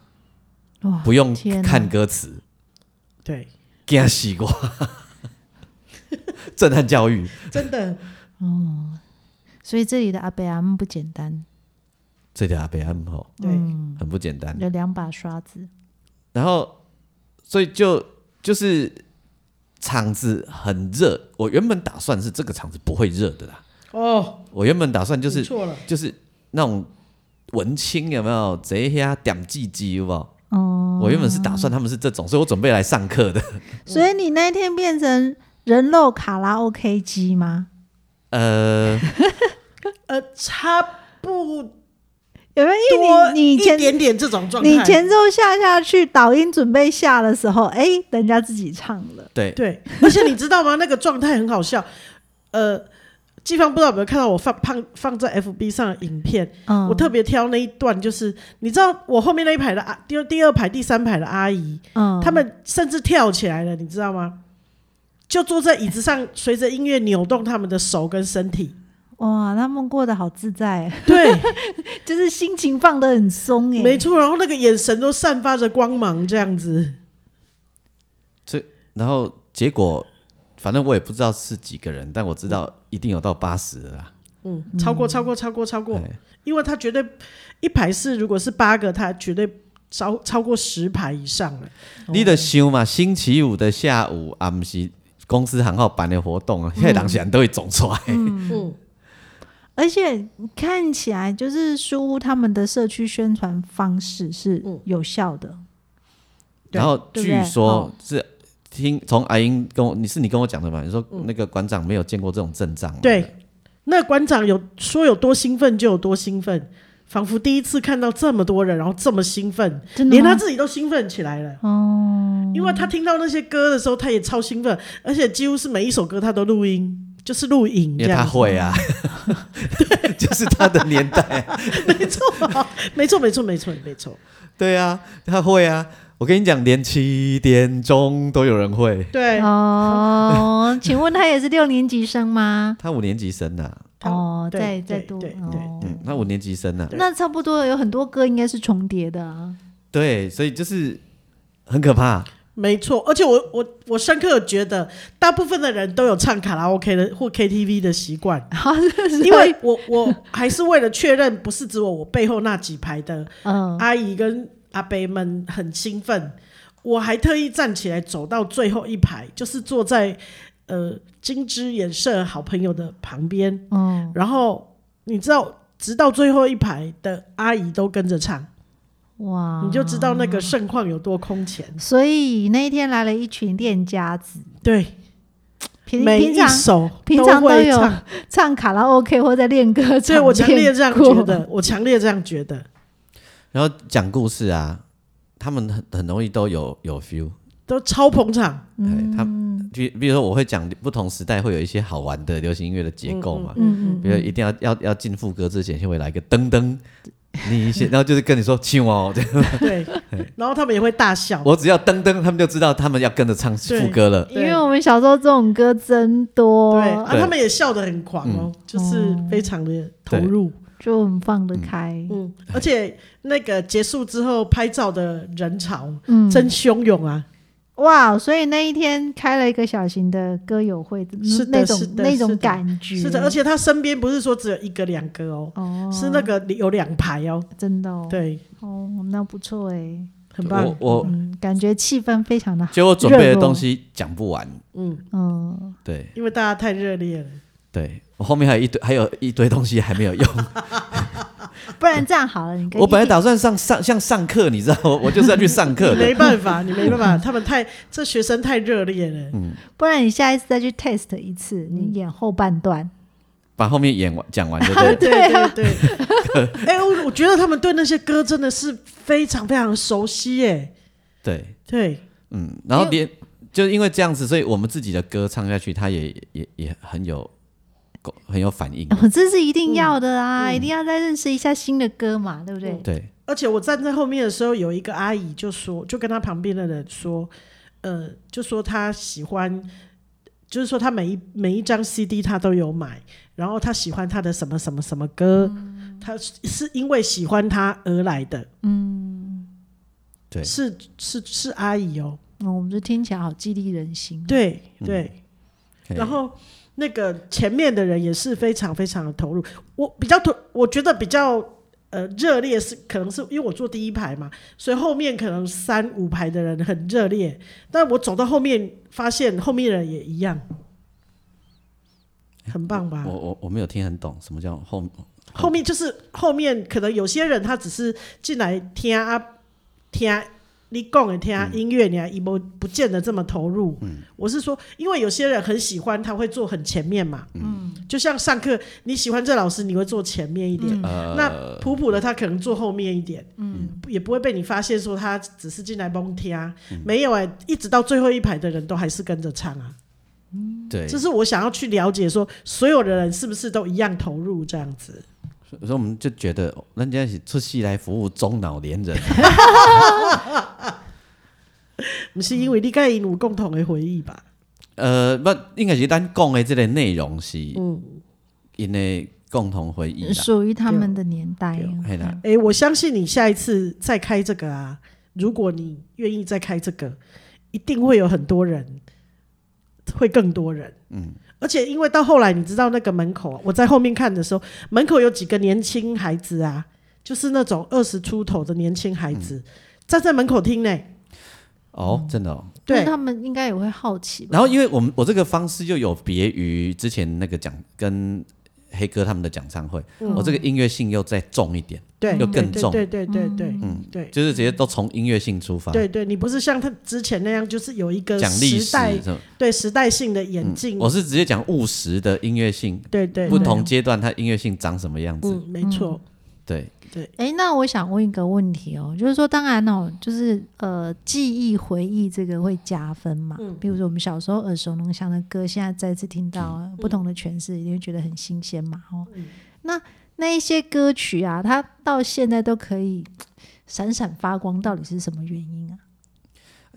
B: 哇，
C: 不用
B: 天哪
C: 看歌词，
A: 对，
C: 惊死我！ 震撼教育，
A: 真的
B: 所以这里的阿贝阿姆不简单，
C: 这条北安吼
A: 对，
B: 嗯
C: 很不简单。
B: 有两把刷子。
C: 然后，所以就就是场子很热，我原本打算是这个场子不会热的啦，
A: 哦，
C: 我原本打算就是
A: 你错了，
C: 就是那种文青有没有？贼呀点唧唧有没有？
B: 哦，
C: 我原本是打算他们是这种，所以我准备来上课的。
B: 所以你那天变成人肉卡拉 OK 机吗？
C: 呃，
A: 呃，差不
B: 有没有？因
A: 多
B: 为你你
A: 一
B: 前
A: 点点这种状态，
B: 你前奏下下去，导音准备下的时候，哎、人家自己唱了。
C: 对，
A: 对，而且你知道吗？那个状态很好笑。呃，季芳不知道有没有看到我放放放在 FB 上的影片，
B: 嗯，
A: 我特别挑那一段，就是你知道我后面那一排的阿第二第二排第三排的阿姨，
B: 嗯，
A: 他们甚至跳起来了，你知道吗？就坐在椅子上，随着音乐扭动他们的手跟身 体。
B: 哇，他们过得好自在，
A: 对，
B: 就是心情放得很松哎、
A: 没错。然后那个眼神都散发着光芒，这样子。
C: 然后结果，反正我也不知道是几个人，但我知道一定有到八十了啦。
A: 嗯，超过超过超过超过，
C: 哎
A: 因为他绝对一排是如果是八个，他绝对超超过十排以上了。
B: 哦
C: 你的想嘛，星期五的下午啊，不是公司行号办的活
B: 嗯
C: 动啊，现在人是人都会总出来。
A: 嗯，
B: 而且看起来就是书屋他们的社区宣传方式是
A: 嗯
B: 有效的，
C: 然后
B: 对不
C: 据
B: 对
C: 说
B: 哦
C: 是听从阿英跟我，你是你跟我讲的嘛？你说
B: 嗯
C: 那个馆长没有见过这种阵仗嘛，
A: 对，那馆长有说有多兴奋就有多兴奋，仿佛第一次看到这么多人，然后这么兴奋，
B: 真的
A: 连他
B: 吗？
A: 自己都兴奋起来了。哦，因为他听到那些歌的时候，他也超兴奋，而且几乎是每一首歌他都录音，就是录影
C: 因
A: 这
C: 为他
A: 样子。
C: 会啊， 就是他的年代，
A: 没错，没错，没错，没错，没错。
C: 对啊，他会啊。我跟你讲，连七点钟都有人会。
A: 对，
B: 哦，请问他也是六年级生吗？
C: 他五年级生呐、
A: 他
B: 哦，
A: 对
B: 在在
A: 对
B: 读
A: 对对
B: 哦，
C: 嗯，他五年级生呐、
B: 那差不多有很多歌应该是重叠的 啊。
C: 对，所以就是很可怕。
A: 没错，而且我我我深刻地觉得，大部分的人都有唱卡拉 OK 的或 KTV 的习惯， 因为我我还是为了确认，不是只我，我背后那几排的
B: 嗯，
A: 阿姨跟阿伯们很兴奋，我还特意站起来走到最后一排，就是坐在呃金枝演社好朋友的旁边，
B: 哦，
A: 然后你知道，直到最后一排的阿姨都跟着唱，
B: 哇，
A: 你就知道那个盛况有多空前。
B: 所以那一天来了一群练家子，
A: 对，
B: 平
A: 每
B: 平
A: 一
B: 常
A: 首
B: 平常都
A: 会
B: 有
A: 唱，
B: 唱卡拉 OK 或在练歌，
A: 所以我强烈这样觉
B: 练过。
A: 得，我强烈这样觉得，
C: 然后讲故事啊，他们很很容易都有有 feel。
A: 都超捧场。
C: 哎，他比比如说我会讲不同时代会有一些好玩的流行音乐的结构嘛，
B: 嗯嗯
C: 比如一定要要要进副歌之前，先会来一个噔噔，你先，然后就是跟你说亲哦，这样
A: 对，然后他们也会大笑。
C: 我只要噔噔，他们就知道他们要跟着唱
A: 嗯对
C: 副歌了。
B: 因为我们小时候这种歌真多，
A: 对，啊，
C: 对
A: 他们也笑得很狂哦，就是非常的投入。
B: 就很放得开。
A: 嗯，而且那个结束之后拍照的人潮
B: 嗯，
A: 真汹涌啊！
B: 哇！所以那一天开了一个小型的歌友会，
A: 是的
B: 那种
A: 是的
B: 那
A: 是
B: 种
A: 的
B: 感觉，
A: 是的，而且他身边不是说只有一个两个哦，
B: 嗯哦，
A: 是那个有两排哦。
B: 真的哦，
A: 对，
B: 哦，那不错哎，
A: 很
C: 我
A: 棒。
C: 我
B: 嗯，感觉气氛非常的好，
C: 就我准备
B: 热
C: 的
B: 络
C: 东西讲不完，
A: 嗯，
B: 嗯，
C: 对
A: 因为大家太热烈了。
C: 对，我后面还有一堆还有一堆东西还没 有用。
B: 不然这样好了，你跟
C: 我本
B: 一
C: 来
B: 点
C: 打算上上像上课，你知道， 我我就是要去上课
A: 你没
C: 的。
A: 办法，你没办法，他们太这学生太热烈了。
B: 不然你下一次再去 test 一次，你演后半段，
C: 把后面演完讲完就
A: 对
C: 对了。
A: 对
B: 对啊
A: 对对，哎、我我觉得他们对那些歌真的是非常非常熟悉耶。
C: 对，
A: 对，
C: 嗯，然后连就是因为这样子，所以我们自己的歌唱下去，它也也也很有很有反应。
B: 哦， 这是一定要的啊，
C: 嗯
B: 一定要再认识一下新的歌嘛，对不对？
C: 对，
A: 而且我站在后面的时候，有一个阿姨就说，就跟她旁边的人说，呃，就说她喜欢，就是说她每一每一张 CD 她都有买，然后她喜欢她的什么什么什么歌，她是因为喜欢她而来的，
C: 对
A: 是是是阿姨哦，
C: 嗯
B: 那我们就听起来好激励人心。啊
A: 对对。
C: 嘿
A: 然后那个前面的人也是非常非常的投入。我比较投，我觉得比较呃热烈是可能是因为我坐第一排嘛，所以后面可能三五排的人很热烈，但我走到后面发现后面的人也一样，很棒吧
C: 我？我我没有听很懂什么叫后
A: 后面就是后面可能有些人他只是进来听啊听。你讲的听音乐，你还一不不见得这么投入。我是说，因为有些人很喜欢，他会坐很前面嘛。
B: 嗯，
A: 就像上课，你喜欢这老师，你会坐前面一点；那普普的他可能坐后面一点，
B: 嗯，
A: 也不会被你发现说他只是进来蒙听啊。没有哎、一直到最后一排的人都还是跟着唱啊。
C: 对，
A: 这
C: 所
A: 是我想要去了解说，所有的人是不是都一样投入这样子？
C: 以我们就觉得哦人家是出戏来服务中老年 人，
A: 不是因为你跟有共同的回忆吧？
C: 呃，不应该是咱讲的这个内容是
A: 嗯
C: 因为共同回忆啦。
B: 属于他们的年代啊
A: 对。
C: 嘿啦，
A: 哎、我相信你下一次再开这个啊，如果你愿意再开这个，一定会有很多人，会更多人，嗯，而且因为到后来，你知道那个门口，啊我在后面看的时候，门口有几个年轻孩子啊，就是那种二十出头的年轻孩子、
C: 嗯
A: 站在门口听呢。嗯
C: 哦，真的哦。
B: 但
A: 对，
B: 他们应该也会好奇吧。
C: 然后，因为我们我这个方式又有别于之前那个讲跟黑哥他们的讲唱会，
A: 嗯
C: 我这个音乐性又再重一点，
A: 对，
C: 又更重
A: 对对对对对，嗯，对。
C: 就是直接都从音乐性出发，
A: 对对，你不是像他之前那样，就是有一个
C: 讲
A: 时
C: 历史
A: 代
C: 什么。
A: 对时代性的演进。
C: 嗯我是直接讲务实的音乐性，
A: 对对
C: 不
A: 对
C: 同阶段它音乐性长什么样子，
A: 嗯，没错，
C: 对，
B: 哎，那我想问一个问题哦，就是说，当然哦，就是呃，记忆回忆这个会加分嘛。
A: 嗯
B: 比如说我们小时候耳熟能详的歌，现在再次听到
A: 嗯
B: 不同的诠释，一定会觉得很新鲜嘛。哦，那那一些歌曲啊，它到现在都可以闪闪发光，到底是什么原因啊？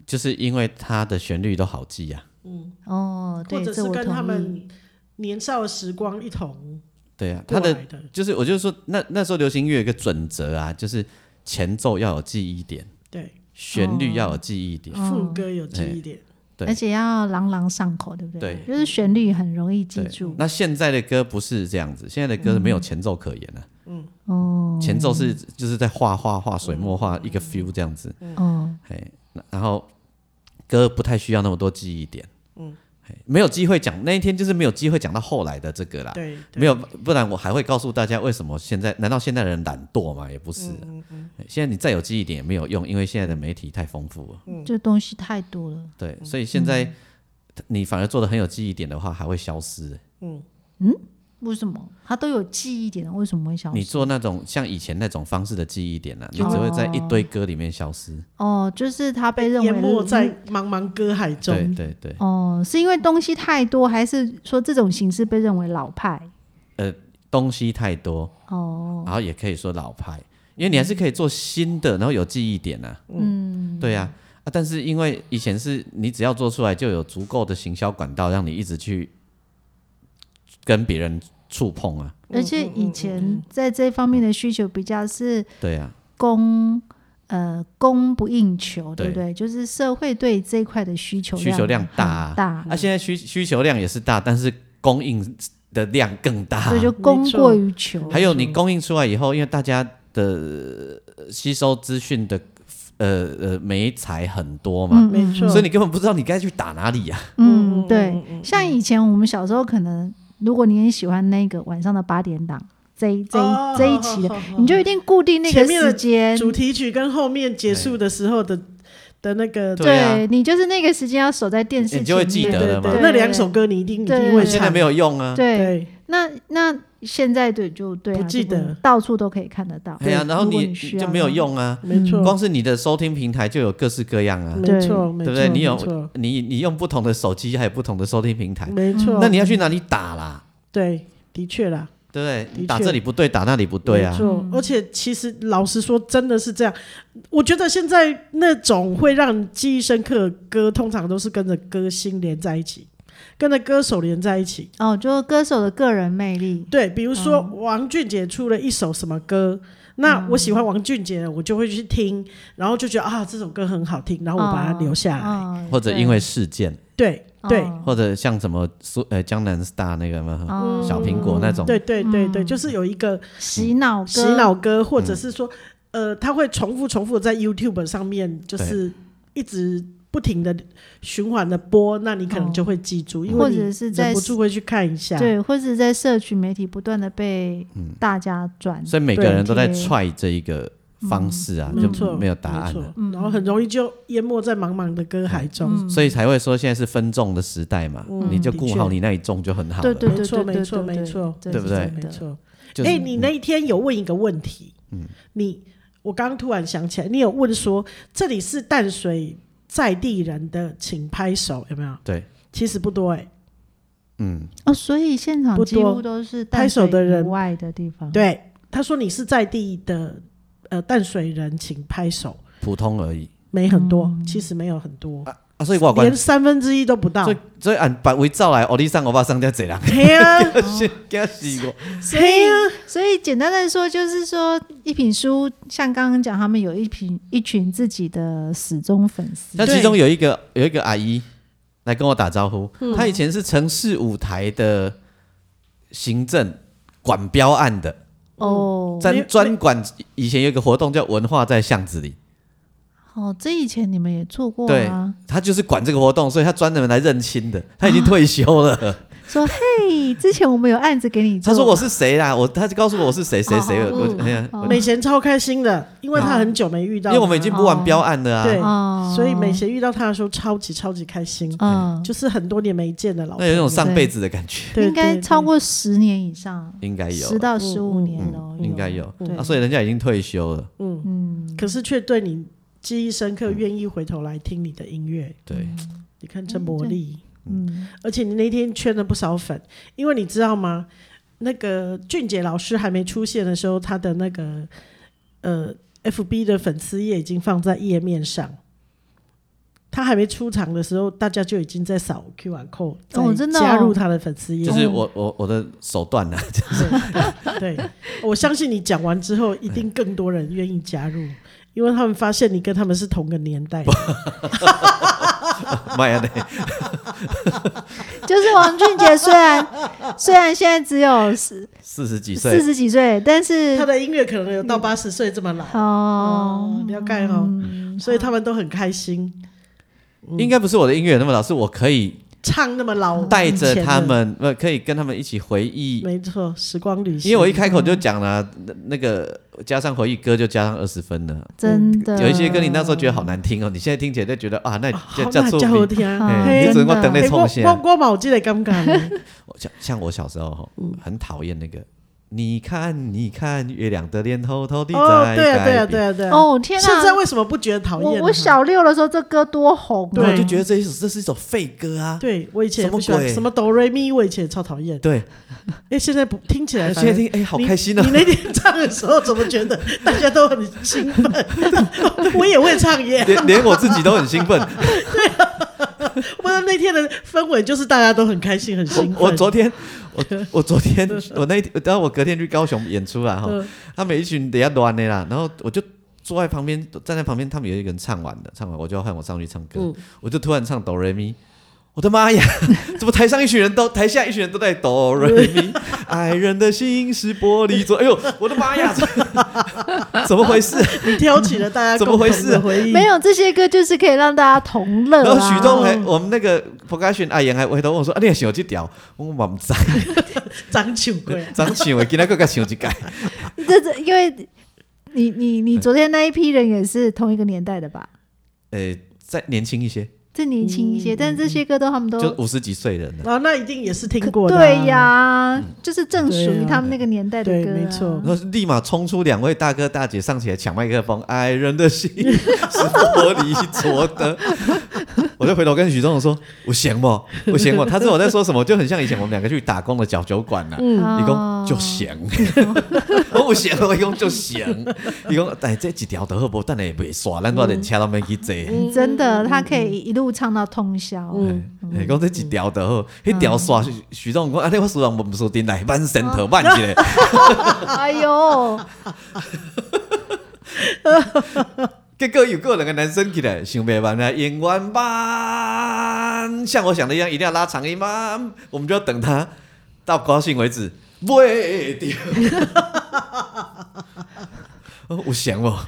C: 就是因为它的旋律都好记啊，
B: 哦，
A: 或
B: 对，
A: 者是
B: 这我
A: 跟他
B: 同意。
A: 们年少的时光一同
C: 对啊，
A: 过
C: 它
A: 来
C: 的
A: 的。
C: 就是我就说那那时候流行音乐有一个准则啊，就是前奏要有记忆点，
A: 对，
C: 旋律要有记忆
B: 嗯
C: 点，
A: 副歌有记忆点，
C: 对
B: 而且要朗朗上口，对不对？
C: 对
B: 就是旋律很容易记
C: 对
B: 住。
C: 那现在的歌不是这样子，现在的歌没有前奏可言了、
B: 哦，
C: 前奏是就是在画画画水墨画一个 feel 这样子，
A: 嗯
B: 哦，
C: 哎，那然后歌不太需要那么多记忆点，嗯，没有机会讲那一天就是没有机会讲到后来的这个啦，
A: 对，对
C: 哎啊没有，不然我还会告诉大家为什么现在？难道现在的人懒惰吗？也不是、哎现在你再有记忆点也没有用，因为现在的媒体太丰富了。
A: 嗯
B: 这东西太多了。
C: 对，所以现在你反而做的很有记忆点的话，还会消失、哎
B: 为什么它都有记忆点，为什么会消
C: 你
B: 失？
C: 做那种像以前那种方式的记忆点啊呢、你只会在一堆歌里面消失。
B: 哦，就是它被认为
A: 淹没在
B: 嗯
A: 茫茫歌海
C: 对
A: 中。
C: 对对，
B: 哦，是因为东西太多，还是说这种形式被认为老派？
C: 东西太多，
B: 哦，
C: 然后也可以说老派，因为你还是可以做新的，然后有记忆点啊。
B: 嗯，
C: 对呀、啊，但是因为以前是你只要做出来就有足够的行销管道，让你一直去跟别人触碰啊，
B: 而
A: 嗯
B: 且以前在这方面的需求比较是
C: 对啊呀、
B: 供。呃，供不应求，
C: 对
B: 对不对？就是社会对这一块的需求
C: 需求量
B: 很
C: 大啊
B: 大
C: 啊，，现在需需求量也是大，但是供应的量更大
B: 所以，就
A: 没
B: 供
A: 错
B: 过于求。
C: 还有你供应出来以后，因为大家的呃吸收资讯的呃呃媒材很多嘛。
B: 嗯，嗯
A: 没错
C: 所以你根本不知道你该去打哪里啊呀、
B: 嗯，对，像以前我们小时候，可能如果你很喜欢那个晚上的八点档这一这一、
A: 哦
B: 这一期的，
A: 好好好
B: 你就一定固定那个
A: 前面的
B: 时间，
A: 主题曲跟后面结束的时候的
C: 哎
A: 的那个，
C: 对啊
B: 你就是那个时间要守在电视前
C: 你
B: 面，
C: 就会记
A: 对
C: 得
A: 对
C: 了嘛
A: 对，那两首歌你一定一
B: 对
A: 定会
B: 对
C: 现
A: 唱
C: 在。没有用啊。
B: 对，
A: 对，
B: 那那现在对就对、啊，
A: 不记
B: 就能
A: 得
B: 到处都可以看得到。
C: 哎呀、然后
B: 如果
C: 你
B: 你需要
C: 就没有
B: 的话，
C: 用啊。
A: 没错
C: 光，是你的收听平台就有各式各样啊。
A: 没错，没
C: 对不对？
A: 错，
C: 你
A: 没
C: 有
A: 错
C: 你你用不同的手机，还有不同的收听平台，
A: 没错，
C: 那你要去哪里打啦？
A: 对，的确啦。
C: 对不对？
A: 确
C: 你打这里不对，打那里不对
A: 没
C: 啊。
B: 嗯
A: 错，而且其实老实说，真的是这样。我觉得现在那种会让你记忆深刻的歌，通常都是跟着歌星连在一起，跟着歌手连在一起。
B: 哦，就歌手的个人魅力，
A: 对，比如说
B: 嗯
A: 王俊杰出了一首什么歌，那我喜欢王俊杰，我就会去听，然后就觉得啊这首歌很好听，然后我把它留下来。
B: 哦
C: 或者因为事件，
A: 对对
B: 哦
C: 或者像什么苏呃江南 star 那个嘛，
B: 哦嗯
C: 小苹果那种，
A: 对对对对，就是有一个
B: 洗脑歌
A: 洗脑歌，或者是
C: 嗯
A: 说，呃，他会重复重复地在 YouTube 上面，就是一直不停的循环的播，那你可能就会记住，
C: 哦
A: 因为
B: 或
A: 你
B: 者是在
A: 忍不住会去看一下。
B: 对，或者在社群媒体不断的被大家转
C: 嗯所以每个人都在
B: 对
C: 踹这一个方式啊，
A: 嗯没
C: 就
A: 错
C: 没有答案
A: 没
C: 了
A: 错，
C: 嗯
A: 然后很容易就淹没在茫茫的歌海中。
C: 所以才会说现在是分众的时代嘛，你就顾
A: 的确
C: 好你那一众就很好
B: 对
C: 了。
B: 对
A: 没错，
B: 对
A: 没错，
B: 对
A: 没错，
B: 对
C: 对不对
A: 没错。
C: 就是嗯
A: 哎，你那一天有问一个问题，你我刚刚突然想起来，你有问说这里是淡水在地人的，请拍手，有没有？
C: 对，
A: 其实不多哎、
C: 嗯，
B: 哦，所以现场
A: 不
B: 几乎
A: 多
B: 都是
A: 拍
B: 淡
A: 手
B: 水
A: 的人
B: 以外的地方。，
A: 对，他说你是在地的呃淡水人，请拍手。
C: 普通而已
A: 没很多，
B: 嗯
A: 其实没有很多，
C: 啊，所以我关
A: 连，三分之一都不到
C: 所以。所以按百为照来，我弟上我爸上在这样，
A: 嘿 呀，
C: 惊 死我！
B: 所
A: 嘿
B: 以
A: 呀，
B: 所以简单的说，就是说一品书，像刚刚讲，他们有一群一群自己的死忠粉丝。
C: 那其中有一个有一个阿姨，来跟我打招呼。
B: 嗯
C: 他以前是城市舞台的行政管标案的，
B: 哦，
A: 没有
C: 专专管以前有一个活动叫“文化在巷子里
B: 哦，这以前你们也做”，过
C: 对
B: 啊，
C: 他就是管这个活动，所以他专门来认亲的。他已经退休
B: 哦
C: 了，
B: 说嘿，之前我们有案子给你做，
C: 他说我是谁啦，我他就告诉我我是谁谁谁，
B: 哦
C: 我我哎呀，
B: 哦
C: 我
A: 美贤超开心的，因为他很久没遇到他，
C: 因为我们已经不玩标案了啊。
A: 对
B: 哦，
A: 所以美贤遇到他的时候超级超级开心，
B: 嗯，
A: 就是很多年没见
B: 哦
A: 的老
C: 那有一
A: 朋友
C: 种上辈子的感觉，
A: 对
B: 应该
A: 对
B: 超
A: 对
B: 过十年以上，
C: 应该有啊
B: 十，到十五
A: 嗯
B: 年哦，
C: 应该有。
B: 对
C: 啊，所以人家已经退休了，
B: 嗯
A: 可是却对你记忆深刻，愿意回头来听你的音乐。
C: 对，
A: 你看这魔力，
B: 嗯，
A: 而且你那天圈了不少粉，因为你知道吗？那个俊杰老师还没出现的时候，他的那个呃，FB 的粉丝页已经放在页面上。他还没出场的时候，大家就已经在扫 QR code，
B: 哦
A: 在
B: 真的哦
A: 加入他的粉丝页。
C: 就是我我我的手段啊呢，
A: 对，我相信你讲完之后，一定更多人愿意加入，因为他们发现你跟他们是同个年 代的。
C: 妈呀的，
B: 就是王俊杰虽 然虽然现在只有四
C: 四十几
B: 四
C: 岁，
B: 十几岁，但是
A: 他的音乐可能有到八十岁这么老
C: 嗯
B: 哦，
A: 哦，了解哦，所以他们都很开心，嗯
C: 应该不是我的音乐那么老，是我可以
A: 唱那么老，
C: 带着他，们，呃，可以跟他们一起回忆
A: 没错，时光旅行。
C: 因为我一开口就讲了、那那个加上回忆歌就加上二十分了。
B: 真的
C: 有一些歌你那时候觉得好难听哦，你现在听起来就觉得啊，那
A: 啊
C: 叫
A: 好
C: 叫
A: 难
C: 做
A: 叫好
C: 你哎
A: 听啊，
B: 嗯
A: 嘿
C: 你只能够
B: 真的
C: 等那
A: 嘿我
C: 冲线。
A: 我我嘛有这个感觉呢，
C: 我像像我小时候哈，
A: 嗯
C: 很讨厌那个，你看你看月亮的脸偷偷地
A: 哦，
C: 在
A: 对啊，对啊，
C: 改
A: 对
C: 变。
A: 啊，对啊。
B: 哦，天
A: 现在
B: 哪！
A: 为什么不觉得讨厌啊
B: 我
A: 呢？
B: 我小六的时候，这歌多红啊，
C: 对，我就
A: 对
C: 觉得这一首这是一首废歌啊。
A: 对我以前也
C: 什么
A: 不喜欢
C: 鬼
A: 什么哆瑞咪，我以前也超讨厌。
C: 对，
A: 哎，现在不听起来
C: 而
A: 反而
C: 且听哎好
A: 你
C: 开心啊
A: 你！那天唱的时候，怎么 觉得大家都很兴奋？我也会唱耶！
C: 连连我自己都很兴 奋。
A: 不是那天的氛围就是大家都很开心、很兴奋。
C: 我昨天， 我我昨天，我那一天，然后我隔天去高雄演出啊啦，哈、
A: 嗯
C: 他们一群等下乱的啦，然后我就坐在旁边，站在旁边，他们有一个人唱完了，唱完我就要换我上去唱歌，
A: 嗯
C: 我就突然唱哆瑞咪。我 的妈呀！怎么台上一群人都，台下一群人都在哆瑞
A: 嗯
C: 咪？ 爱人的心是玻璃做。哎呦，我的妈呀！ 怎么回事？
A: 你挑起了大家
C: 怎么回
A: 共同的
C: 事
A: 回忆
B: 没有这些歌，就是可以让大家同乐、啊。
C: 嗯然后许东还，我们那个 p r o c u s s i o n 阿言还回头问我说：“啊，你也想去屌？”我嘛不知道，
A: 张秋贵，
C: 长想的，今天更加想 一改。
B: 这这，因为你你
C: 哎
B: 你昨天那一批人也是同一个年代的吧？
C: 呃，再年轻一些，
B: 这年轻一些，但这些歌都他们都
C: 嗯就五十几岁人了。
A: 然后哦那一定也是听
B: 可
A: 过的啊。
B: 对呀，
C: 嗯
B: 就是正属
A: 对
B: 于
A: 啊
B: 他们那个年代的
A: 对
B: 歌啊。
A: 没错
C: 然后立马冲出两位大哥大姐上前抢麦克风，爱人的心 是玻璃做 的。我就回头跟许总说：“我行不？我行不？”他知道我在说什么，就很像以前我们两个去打工的小酒馆呐、啊。
A: 嗯，
B: 哦
C: 一共就行， 我不行，我一共就行。一共哎，这几条都好不好，但也袂刷，咱多连车都没去坐。
B: 真的，他可以一路唱到通宵。
C: 哎，讲这一条就好，迄条线徐徐总讲，安啊尼我输人无输阵来，慢神头慢一下。嗯
B: 哎呦，
C: 结果有个两个男生起来，想袂完啊，演完班，像我想的一样，一定要拉长音吗？我们就要等他到高兴为止。袂掉，哦 我想哦，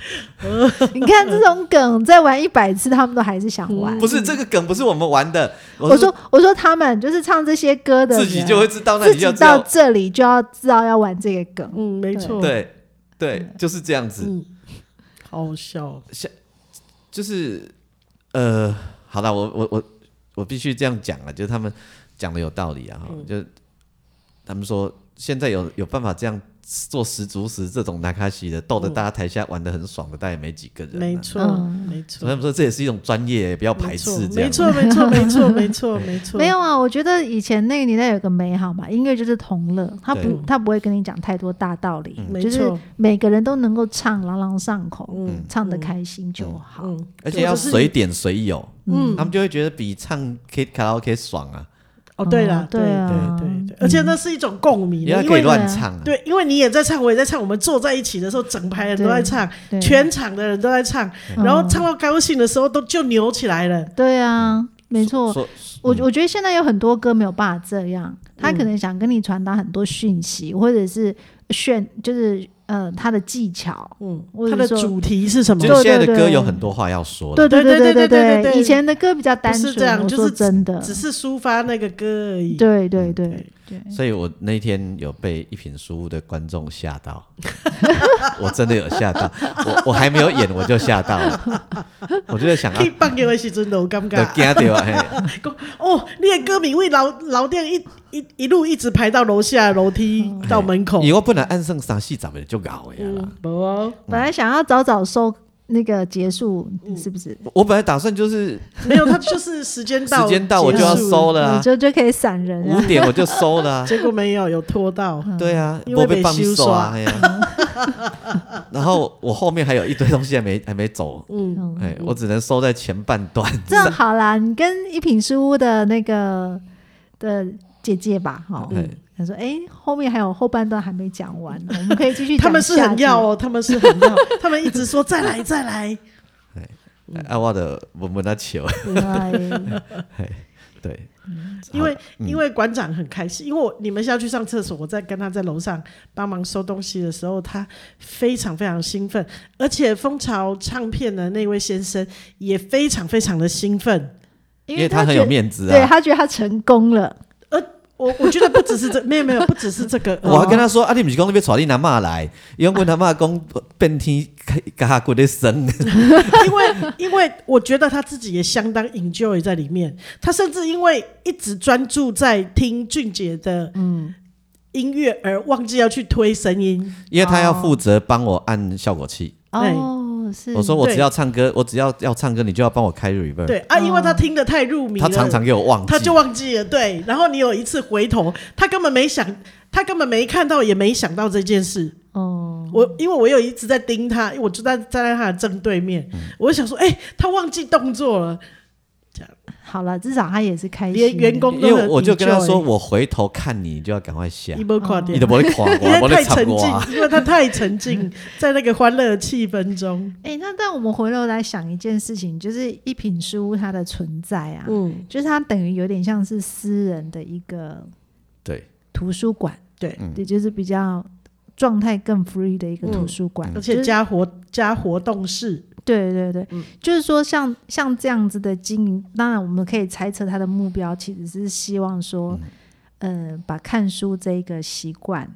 B: 你看这种梗，再玩一百次，他们都还是想玩。
C: 不是这个梗，不是我们玩的。
B: 我
C: 是
B: 说我说他们就是唱这些歌的人，
C: 自己就会知道，那
B: 啊自
C: 你
B: 己
C: 就知
B: 到
C: 道，
B: 这里就要知道要玩这个梗。
A: 嗯，没错，，
C: 对对，就是这样子，
A: 嗯，好笑，哦
C: 就是呃，好了，我我我我必须这样讲啊，就是他们讲的有道理啊，哈
A: 嗯
C: 就他们说现在有有办法这样做十足十这种拿卡西的，逗得大家台下玩的很爽的，大概也没几个人、啊，
A: 嗯没错，
B: 嗯
A: 没
C: 所以他
A: 错
C: 们，说这也是一种专业，不要排斥这
A: 没
C: 样。
A: 错，没错，没 错，没错，没错，
B: 没有啊，我觉得以前那个年代有个美好嘛，音乐就是同乐，他不
C: 对
B: 他不会跟你讲太多大道理，
A: 嗯没
B: 就
A: 错
B: 是每个人都能够唱朗朗上口，
A: 嗯
B: 唱得开心就好。
A: 嗯，
C: 而且要
A: 就是
C: 随点随有，
A: 嗯
C: 他们就会觉得比唱 K 卡拉 OK 爽啊，
A: 哦，对了
B: 哦，对啊
A: 对对对，而且那是一种共鸣，
C: 因为
A: 因
C: 他可以
A: 为
C: 乱唱啊。
A: 对，因为你也在唱，我也在唱，我们坐在一起的时候，整排人都在唱，
B: 对啊
A: 全场的人都在唱，
B: 嗯
A: 然后唱到高兴的时候都就扭起来了。
B: 对啊，没
A: 哦
B: 错，
C: 说
B: 我我觉得现在有很多歌没有办法这样，他可能想跟你传达很多讯息，或者是炫，就是呃他的技巧，
A: 嗯
B: 我，
A: 它
B: 是
A: 的
B: 说
A: 主题是什么？
C: 就是现在的
B: 对对
C: 歌
B: 对
C: 有很多话要说的，
B: 对对
A: 对
B: 对
A: 对对
B: 对
A: 对对
B: 以前的歌比较单纯，
A: 不是这样
B: 我
A: 就是
B: 说真的，
A: 只是抒发那个歌而已。
B: 对对对对，
C: 所以我那天有被一品书屋的观众吓到， 我真的有吓到，我我还没有演我就吓到了， 我就在想啊
A: 去，放给我时阵，我尴
C: 就
A: 尬。
C: 惊掉嘿，
A: 讲哦，你的歌迷为老老店一一一路一直排到楼下楼梯到门口。
C: 以后本来按上三戏咱们就搞呀啦。
A: 嗯，无啊，
B: 本来想要早早收那个结束，是不是？
C: 我我本来打算就是
A: 没有，他就是时间到，嗯
C: 时间到我就要收了
B: 你
C: 啊，
B: 嗯
C: 嗯
B: 就就可以闪人
C: 五
B: 啊，
C: 点我就收了啊，
A: 结束了，结果没有，有拖到。
C: 对啊，
A: 嗯因为
C: 我被
A: 被
C: 棒
A: 修
C: 手啊，
A: 刷
C: 哎呀，然后我后面还有一堆东西还没还没走，
A: 嗯，
C: 哎，我只能收在前半段，
B: 这样好啦，你跟一品书屋的那个的姐姐吧，哈、
C: 哎，
B: 他说：“哎、后面还有后半段还没讲完，我们可以继 续
A: 他
B: 讲
A: 们
B: 下
A: 是
B: 去。
A: 很要哦，他们是很要，他们一直说再来再 来。
C: 啊，我的我们那球，
B: 对，
C: 对，
A: 因为
C: 嗯
A: 因为馆长很开心，因为我你们下去上厕所，我在跟他在楼上帮忙收东西的时候，他非常非常兴奋，而且蜂巢唱片的那位先生也非常非常的兴奋。
C: 因
B: 因为
C: 他很
B: 觉
C: 有
B: 得
C: 面子
B: 对
C: 啊。
B: 他觉得他成功了，
A: 我我觉得不只是 这，没有没有，不只是这个，
C: 我还跟他说：“啊，你不是讲你要带你阿嬷来，伊讲阮阿嬷讲变天加骨咧酸，
A: 嗯因为因为我觉得他自己也相当 enjoy 在里面，他甚至因为一直专注在听俊杰的
C: 嗯
A: 音乐，而忘记要去推声音。
C: 因为他要负责帮我按效果器。
B: 哦，是。
C: 我说我
A: 对
C: 只要唱歌，我只要要唱歌，你就要帮我开 reverb。
A: 对啊，
B: 哦
A: 因为他听得太入迷了，
C: 嗯他常常给我忘记，
A: 他就忘记了。对，然后你有一次回头，他根本没想，他根本没看到，也没想到这件事。
B: 哦，
A: 我因为我有一直在盯他，我就在站在他的正对面，
C: 嗯
A: 我想说，哎、他忘记动作了，
B: 好了，至少他也是开心的。
A: 连员工
C: 因
A: 都
C: 为
A: 很
C: 我就跟他
A: enjoy
C: 说，我回头看你，你就要赶快下
A: 一，波垮掉
C: 你都。不会啊垮
A: 因
C: 我，
A: 为
C: 不
A: 太
C: 会
A: 沉
C: 惨
A: 浸
C: 我。，
A: 因为他太沉 浸在那个欢乐的气氛中。
B: 哎、那但我们回头来想一件事情，就是一品书它的存在啊，
A: 嗯，
B: 就是它等于有点像是私人的一个
C: 对，
B: 图书馆，
A: 对，
C: 嗯
B: 也就是比较状态更 free 的一个图书馆、
A: 嗯而
B: 就
A: 且
B: 是
A: 加活加活动式，
B: 对对对，
A: 嗯
B: 就是说像像这样子的经营，当然我们可以猜测他的目标其实是希望说，呃，把看书这一个习惯，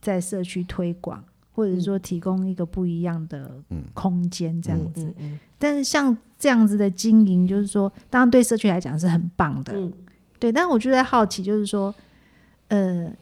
B: 在社区推广，或者说提供一个不一样的空间这样子。
A: 嗯嗯
B: 但是像这样子的经营，就是说，当然对社区来讲是很棒的，
A: 嗯
B: 对。但我就在好奇，就是说，呃，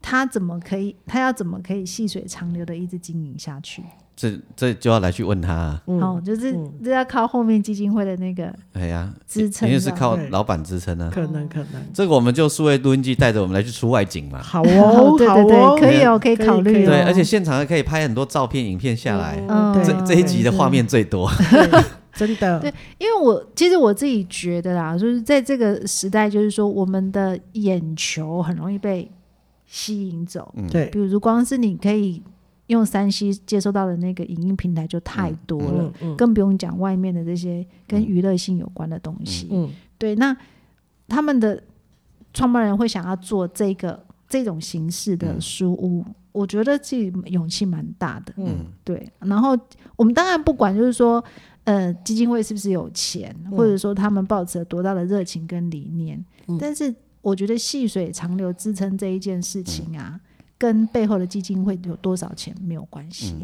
B: 他怎么可以，他要怎么可以细水长流的一直经营下去？
C: 这这就要来去问他啊。
A: 嗯
B: 哦，就是、
A: 嗯
B: 这要靠后面基金会的那个
C: 哎呀，
B: 支撑
C: 因为是
B: 这样
C: 靠
A: 对
C: 老板支撑啊。
A: 可能可
B: 嗯
A: 能，
C: 这个我们就数位录音机带着我们来去出外景嘛。
A: 好哦，
B: 对
A: 好
B: 对
A: 哦
B: 对，，可以哦，可以
A: 可以
B: 考
A: 可以
B: 虑哦。
C: 对，而且现场还可以拍很多照片、影片下来。
B: 嗯
A: 哦对
C: 这这一集的
B: 对
C: 画面最多，
A: 对真的，
B: 对因为我其实我自己觉得啦，就是在这个时代，就是说我们的眼球很容易被吸引走，
C: 嗯
A: 对
B: 比如光是你可以用三 C 接收到的那个影音平台就太多了，
A: 嗯嗯
B: 更不用讲外面的这些跟娱乐性有关的东西。
A: 嗯
B: 对，那他们的创办人会想要做这个这种形式
A: 嗯
B: 的书屋，我觉得自己勇气蛮大的。
A: 嗯
B: 对，然后我们当然不管，就是说，呃，基金会是不是有钱，或者说他们抱持了多大的热情跟理念，
A: 嗯
B: 但是我觉得细水长流支撑这一件事情啊，
A: 嗯
B: 跟背后的基金会有多少钱没有关系。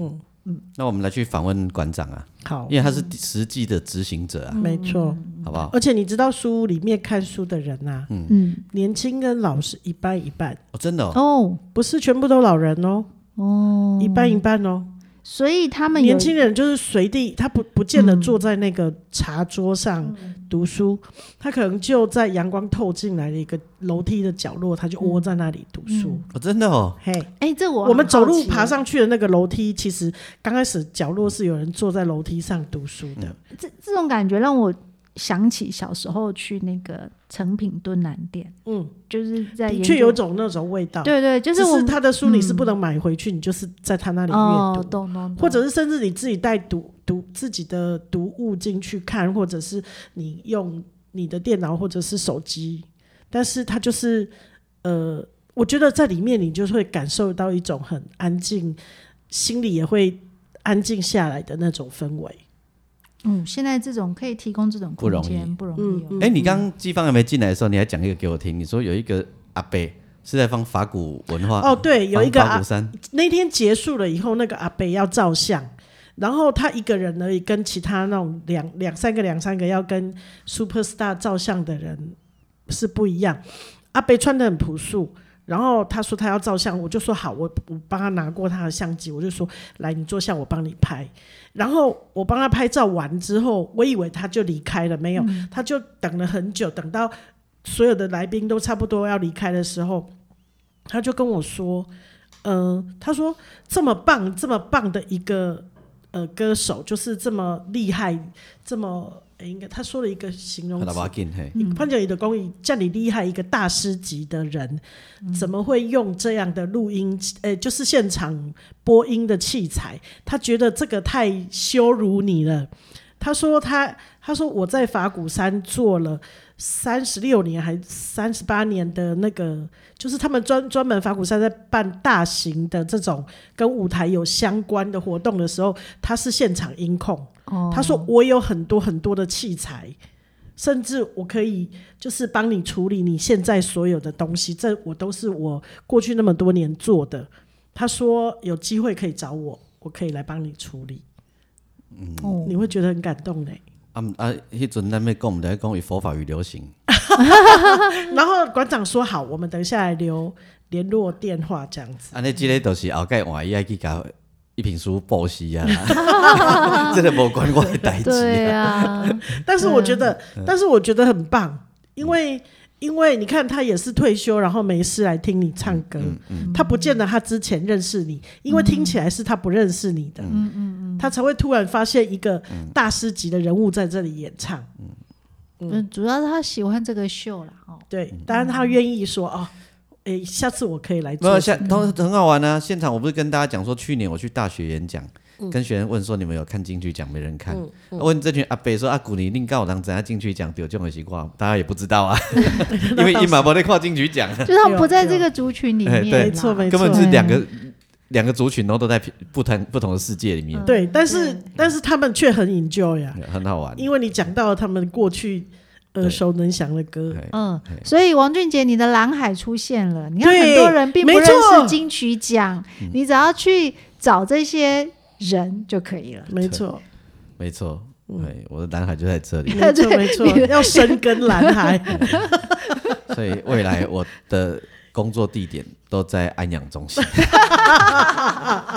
A: 嗯，
C: 那我们来去访问馆长啊，
A: 好
C: 因，为他是实际的执行者啊，
A: 没错。
C: 好不好？
A: 而且你知道书屋里面看书的人呐，
B: 嗯，
A: 年轻跟老是一半一半，
C: 哦，真的哦，
B: 哦
A: 不是全部都老人哦，
B: 哦，
A: 一半一半哦。
B: 所以他们有
A: 年轻人就是随地，他不不见得坐在那个茶桌上
B: 嗯
A: 读书，他可能就在阳光透进来的一个楼梯的角落，他就窝在那里读书。
C: 哦真的哦，
A: 嘿，
B: 哎、这我
A: 我们
B: 很
A: 走
B: 好
A: 路
B: 奇
A: 爬上去的那个楼梯，其实刚开始角落是有人坐在楼梯上读书的。
B: 这这种感觉让我想起小时候去那个成品敦南店，
A: 嗯，
B: 就是在
A: 的
B: 研
A: 确
B: 究
A: 有种那种味道。，
B: 对对，就
A: 只
B: 是我
A: 是
B: 们嗯
A: 他的书你是不能买回去，你就是在他那里阅
B: 哦，
A: 读。
B: 懂懂，懂
A: 或者是甚至你自己带读读自己的读物进去看，或者是你用你的电脑或者是手机，但是它就是呃，我觉得在里面你就会感受到一种很安静，心里也会安静下来的那种氛围。
B: 嗯，现在这种可以提供这种
C: 不
B: 空
C: 容易
B: 间不容易
A: 嗯
B: 哦。
A: 嗯
C: 哎、你刚季芳还没进来的时候，你还讲一个给我听，你说有一个阿伯是在放法古文化
A: 哦，对，有一个
C: 放啊法
A: 阿
C: 鼓山，
A: 那天结束了以后，那个阿北要照相，然后他一个人而已，跟其他那种两两三个、两三个要跟 super star 照相的人是不一样。阿北穿的很朴素，然后他说他要照相，我就说好，我我帮他拿过他的相机，我就说来你坐下，我帮你拍。然后我帮他拍照完之后，我以为他就离开了，没有，他就等了很久，等到所有的来宾都差不多要离开的时候，他就跟我说。嗯、他说这么棒、这么棒的一个呃歌手，就是这么厉害、这么、诶应该他说了一个形容
C: 很
A: 词
C: 大，把劲嘿，
A: 潘九宇的公益叫你厉害一个大师级的人，怎么会用这样的录音器？呃，就是现场播音的器材，他觉得这个太羞辱你了。他说他他说我在法鼓山做了三十六年还三十八年的那个，就是他们专专门法鼓山在办大型的这种跟舞台有相关的活动的时候，他是现场音控。
B: 哦
A: 嗯他说我有很多很多的器材，甚至我可以就是帮你处理你现在所有的东西，这我都是我过去那么多年做的。他说有机会可以找我，我可以来帮你处理，
B: 哦，
C: 嗯
A: 你会觉得很感动呢。
C: 啊嗯啊，迄阵咱要讲，毋知要讲伊佛法与流行，
B: 嗯
A: 然后馆长说好，我们等一下来留联络电话这样子。
C: 安尼啊即个就是后盖换伊爱去甲一品书报喜啊， 这个无关我的代志
B: 对
C: 啊。
B: 啊，
A: 但是我觉得，但是我觉得很棒，因为因为你看他也是退休，然后没事来听你唱歌，他不见得他之前认识你，因为听起来是他不认识你的，嗯嗯嗯，他才会突然发现一个大师级的人物在这里演唱，
B: 嗯，主要是他喜欢这个秀啦， 哦，
A: 对，当然他愿意说哦，诶，下次我可以来
C: 没有
A: 做，
C: 像都很好玩啊！现场我不是跟大家讲说，去年我去大学演讲，
A: 嗯
C: 跟学生问说你们有看金曲奖没人看？问这群阿伯说啊，古尼令告人怎样金曲奖丢这种习惯，大家也不知 道啊，因为一马没在跨金曲奖，
B: 就是他们不在这个族群里
C: 哎
B: 面
C: 对
A: 啊
B: 啦，
A: 没错没
C: 根
A: 错，
C: 本是两个两个族群，然后都在不同不同的世界里面，
A: 对，但是但是他们却很 enjoy 呀、
C: 很好玩。
A: 嗯因为你讲到了他们过去耳
C: 嗯对
A: 熟能详的歌，
C: 哎
B: 嗯，所以王俊杰，你的蓝海出现了。你看
A: 对
B: 很多人并不
A: 没
B: 认
A: 错嗯
B: 识金曲奖，你只要去找这些人就可以了。
A: 没错。
C: 没错，
A: 嗯
C: 哎，我的蓝海就在这里，
A: 没错
B: 对
A: 没错，
B: 你
A: 要深耕蓝海。
C: 所以未来我的工作地点都在安养中 心，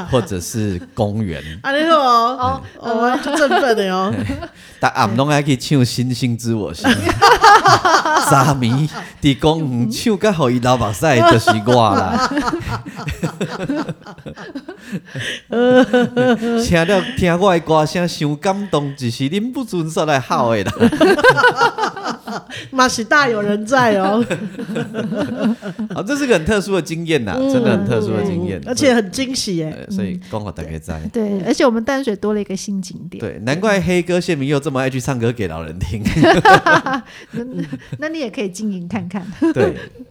C: 或者是公园。
A: 啊，你说哦，哦，我就振奋的 哦。
C: 但暗拢爱去唱《星星知我心》， 三暝伫公园唱甲互伊流目屎，就是我 啦。听了听我的歌声，伤感动，只是忍不住煞来哭的 啦。
A: 马喜大有人在 哦，
C: 啊，这是个很特殊的经验呐，真的很特殊的经验，
A: 嗯而且很惊喜耶。
C: 呃所以刚好大家在。
B: 对，而且我们淡水多了一个新景点。
C: 对，难怪黑哥谢明佑这么爱去唱歌给老人听。
B: 那
A: 嗯
B: 那你也可以经营看看。
A: 哦
C: 对，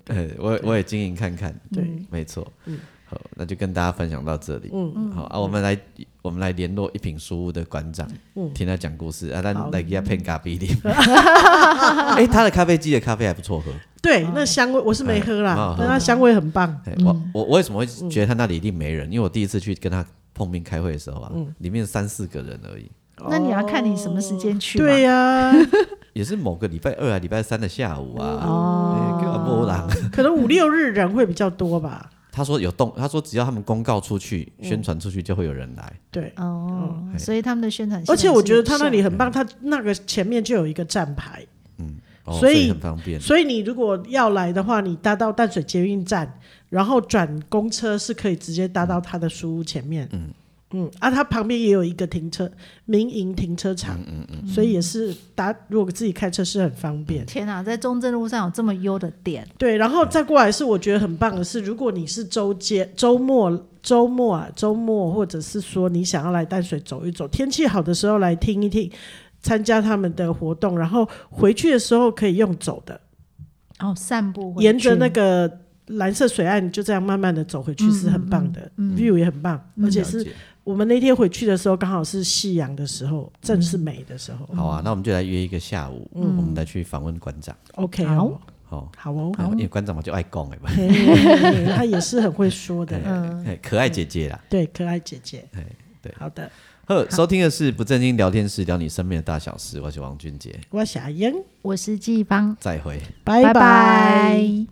C: 对嗯我我也经营看看。
A: 对，
C: 没错。好，那就跟大家分享到这里。嗯嗯，好啊，我们来我们来联络一品书屋的馆长，听他讲故事啊，咱来给他配咖啡 啉。哎，他的咖啡机的咖啡还不错喝。
A: 对，
B: 哦
A: 那香味我是没喝
C: 哎蛮好
A: 啦
C: 喝，
A: 但它香味很棒。
C: 哎，我我我为什么会觉得他那里一定没人？因为我第一次去跟他碰面开会的时候啊，里面三四个人而已，
B: 那你要看你什么时间去嘛。
A: 对啊 呀，
C: 也是某个礼拜二啊、礼拜三的下午啊。哦，跟阿波浪。
A: 可能五六日人会比较多吧。
C: 他说有动，他说只要他们公告出去、宣传出去，就会有人来。
A: 对，啊
B: 哦
C: 哎，
B: 所以他们的宣传系统
A: 而
B: 是
A: 且
B: 有效的，
A: 我觉得它那里很棒，它那个前面就有一个站牌，
C: 哦
A: 所以
C: 很方便。
A: 所以你如果要来的话，你搭到淡水捷运站，然后转公车是可以直接搭到它的书屋前面。嗯嗯，啊，它旁边也有一个停车民营停车场，嗯嗯所以也是搭如果自己开车是很方便。
B: 天哪，在中正路上有这么优的点，
A: 对，然后再过来是我觉得很棒的是，如果你是周间、周末、周末啊、周末，或者是说你想要来淡水走一走，天气好的时候来听一听。参加他们的活动，然后回去的时候可以用走的，
B: 哦，散步回
A: 沿着那
B: 去
A: 个蓝色水岸就这样慢慢的走回去是很棒的、v i e w 也很棒，而且
C: 了
A: 是
C: 解
A: 我们那天回去的时候刚好是夕阳的时候，正是美的时候。
C: 好啊，那我们就来约一个下午，
A: 嗯
C: 我们来去访问馆长。
A: OK，
B: 好
A: 哦
C: 好，
A: 好哦，
C: 因为馆长嘛就爱讲哎嘛，
A: 嘿嘿嘿嘿他也是很会说的，
B: 嗯
C: 哎可爱姐姐啦。
A: 对，可爱姐姐
C: 哎，对
A: 好的，
C: 呵，收听的是不正经聊天室，聊你身边的大小事。我是王俊杰，
A: 我是阿英，
B: 我是季芳，
C: 再会。
A: 拜
B: 拜拜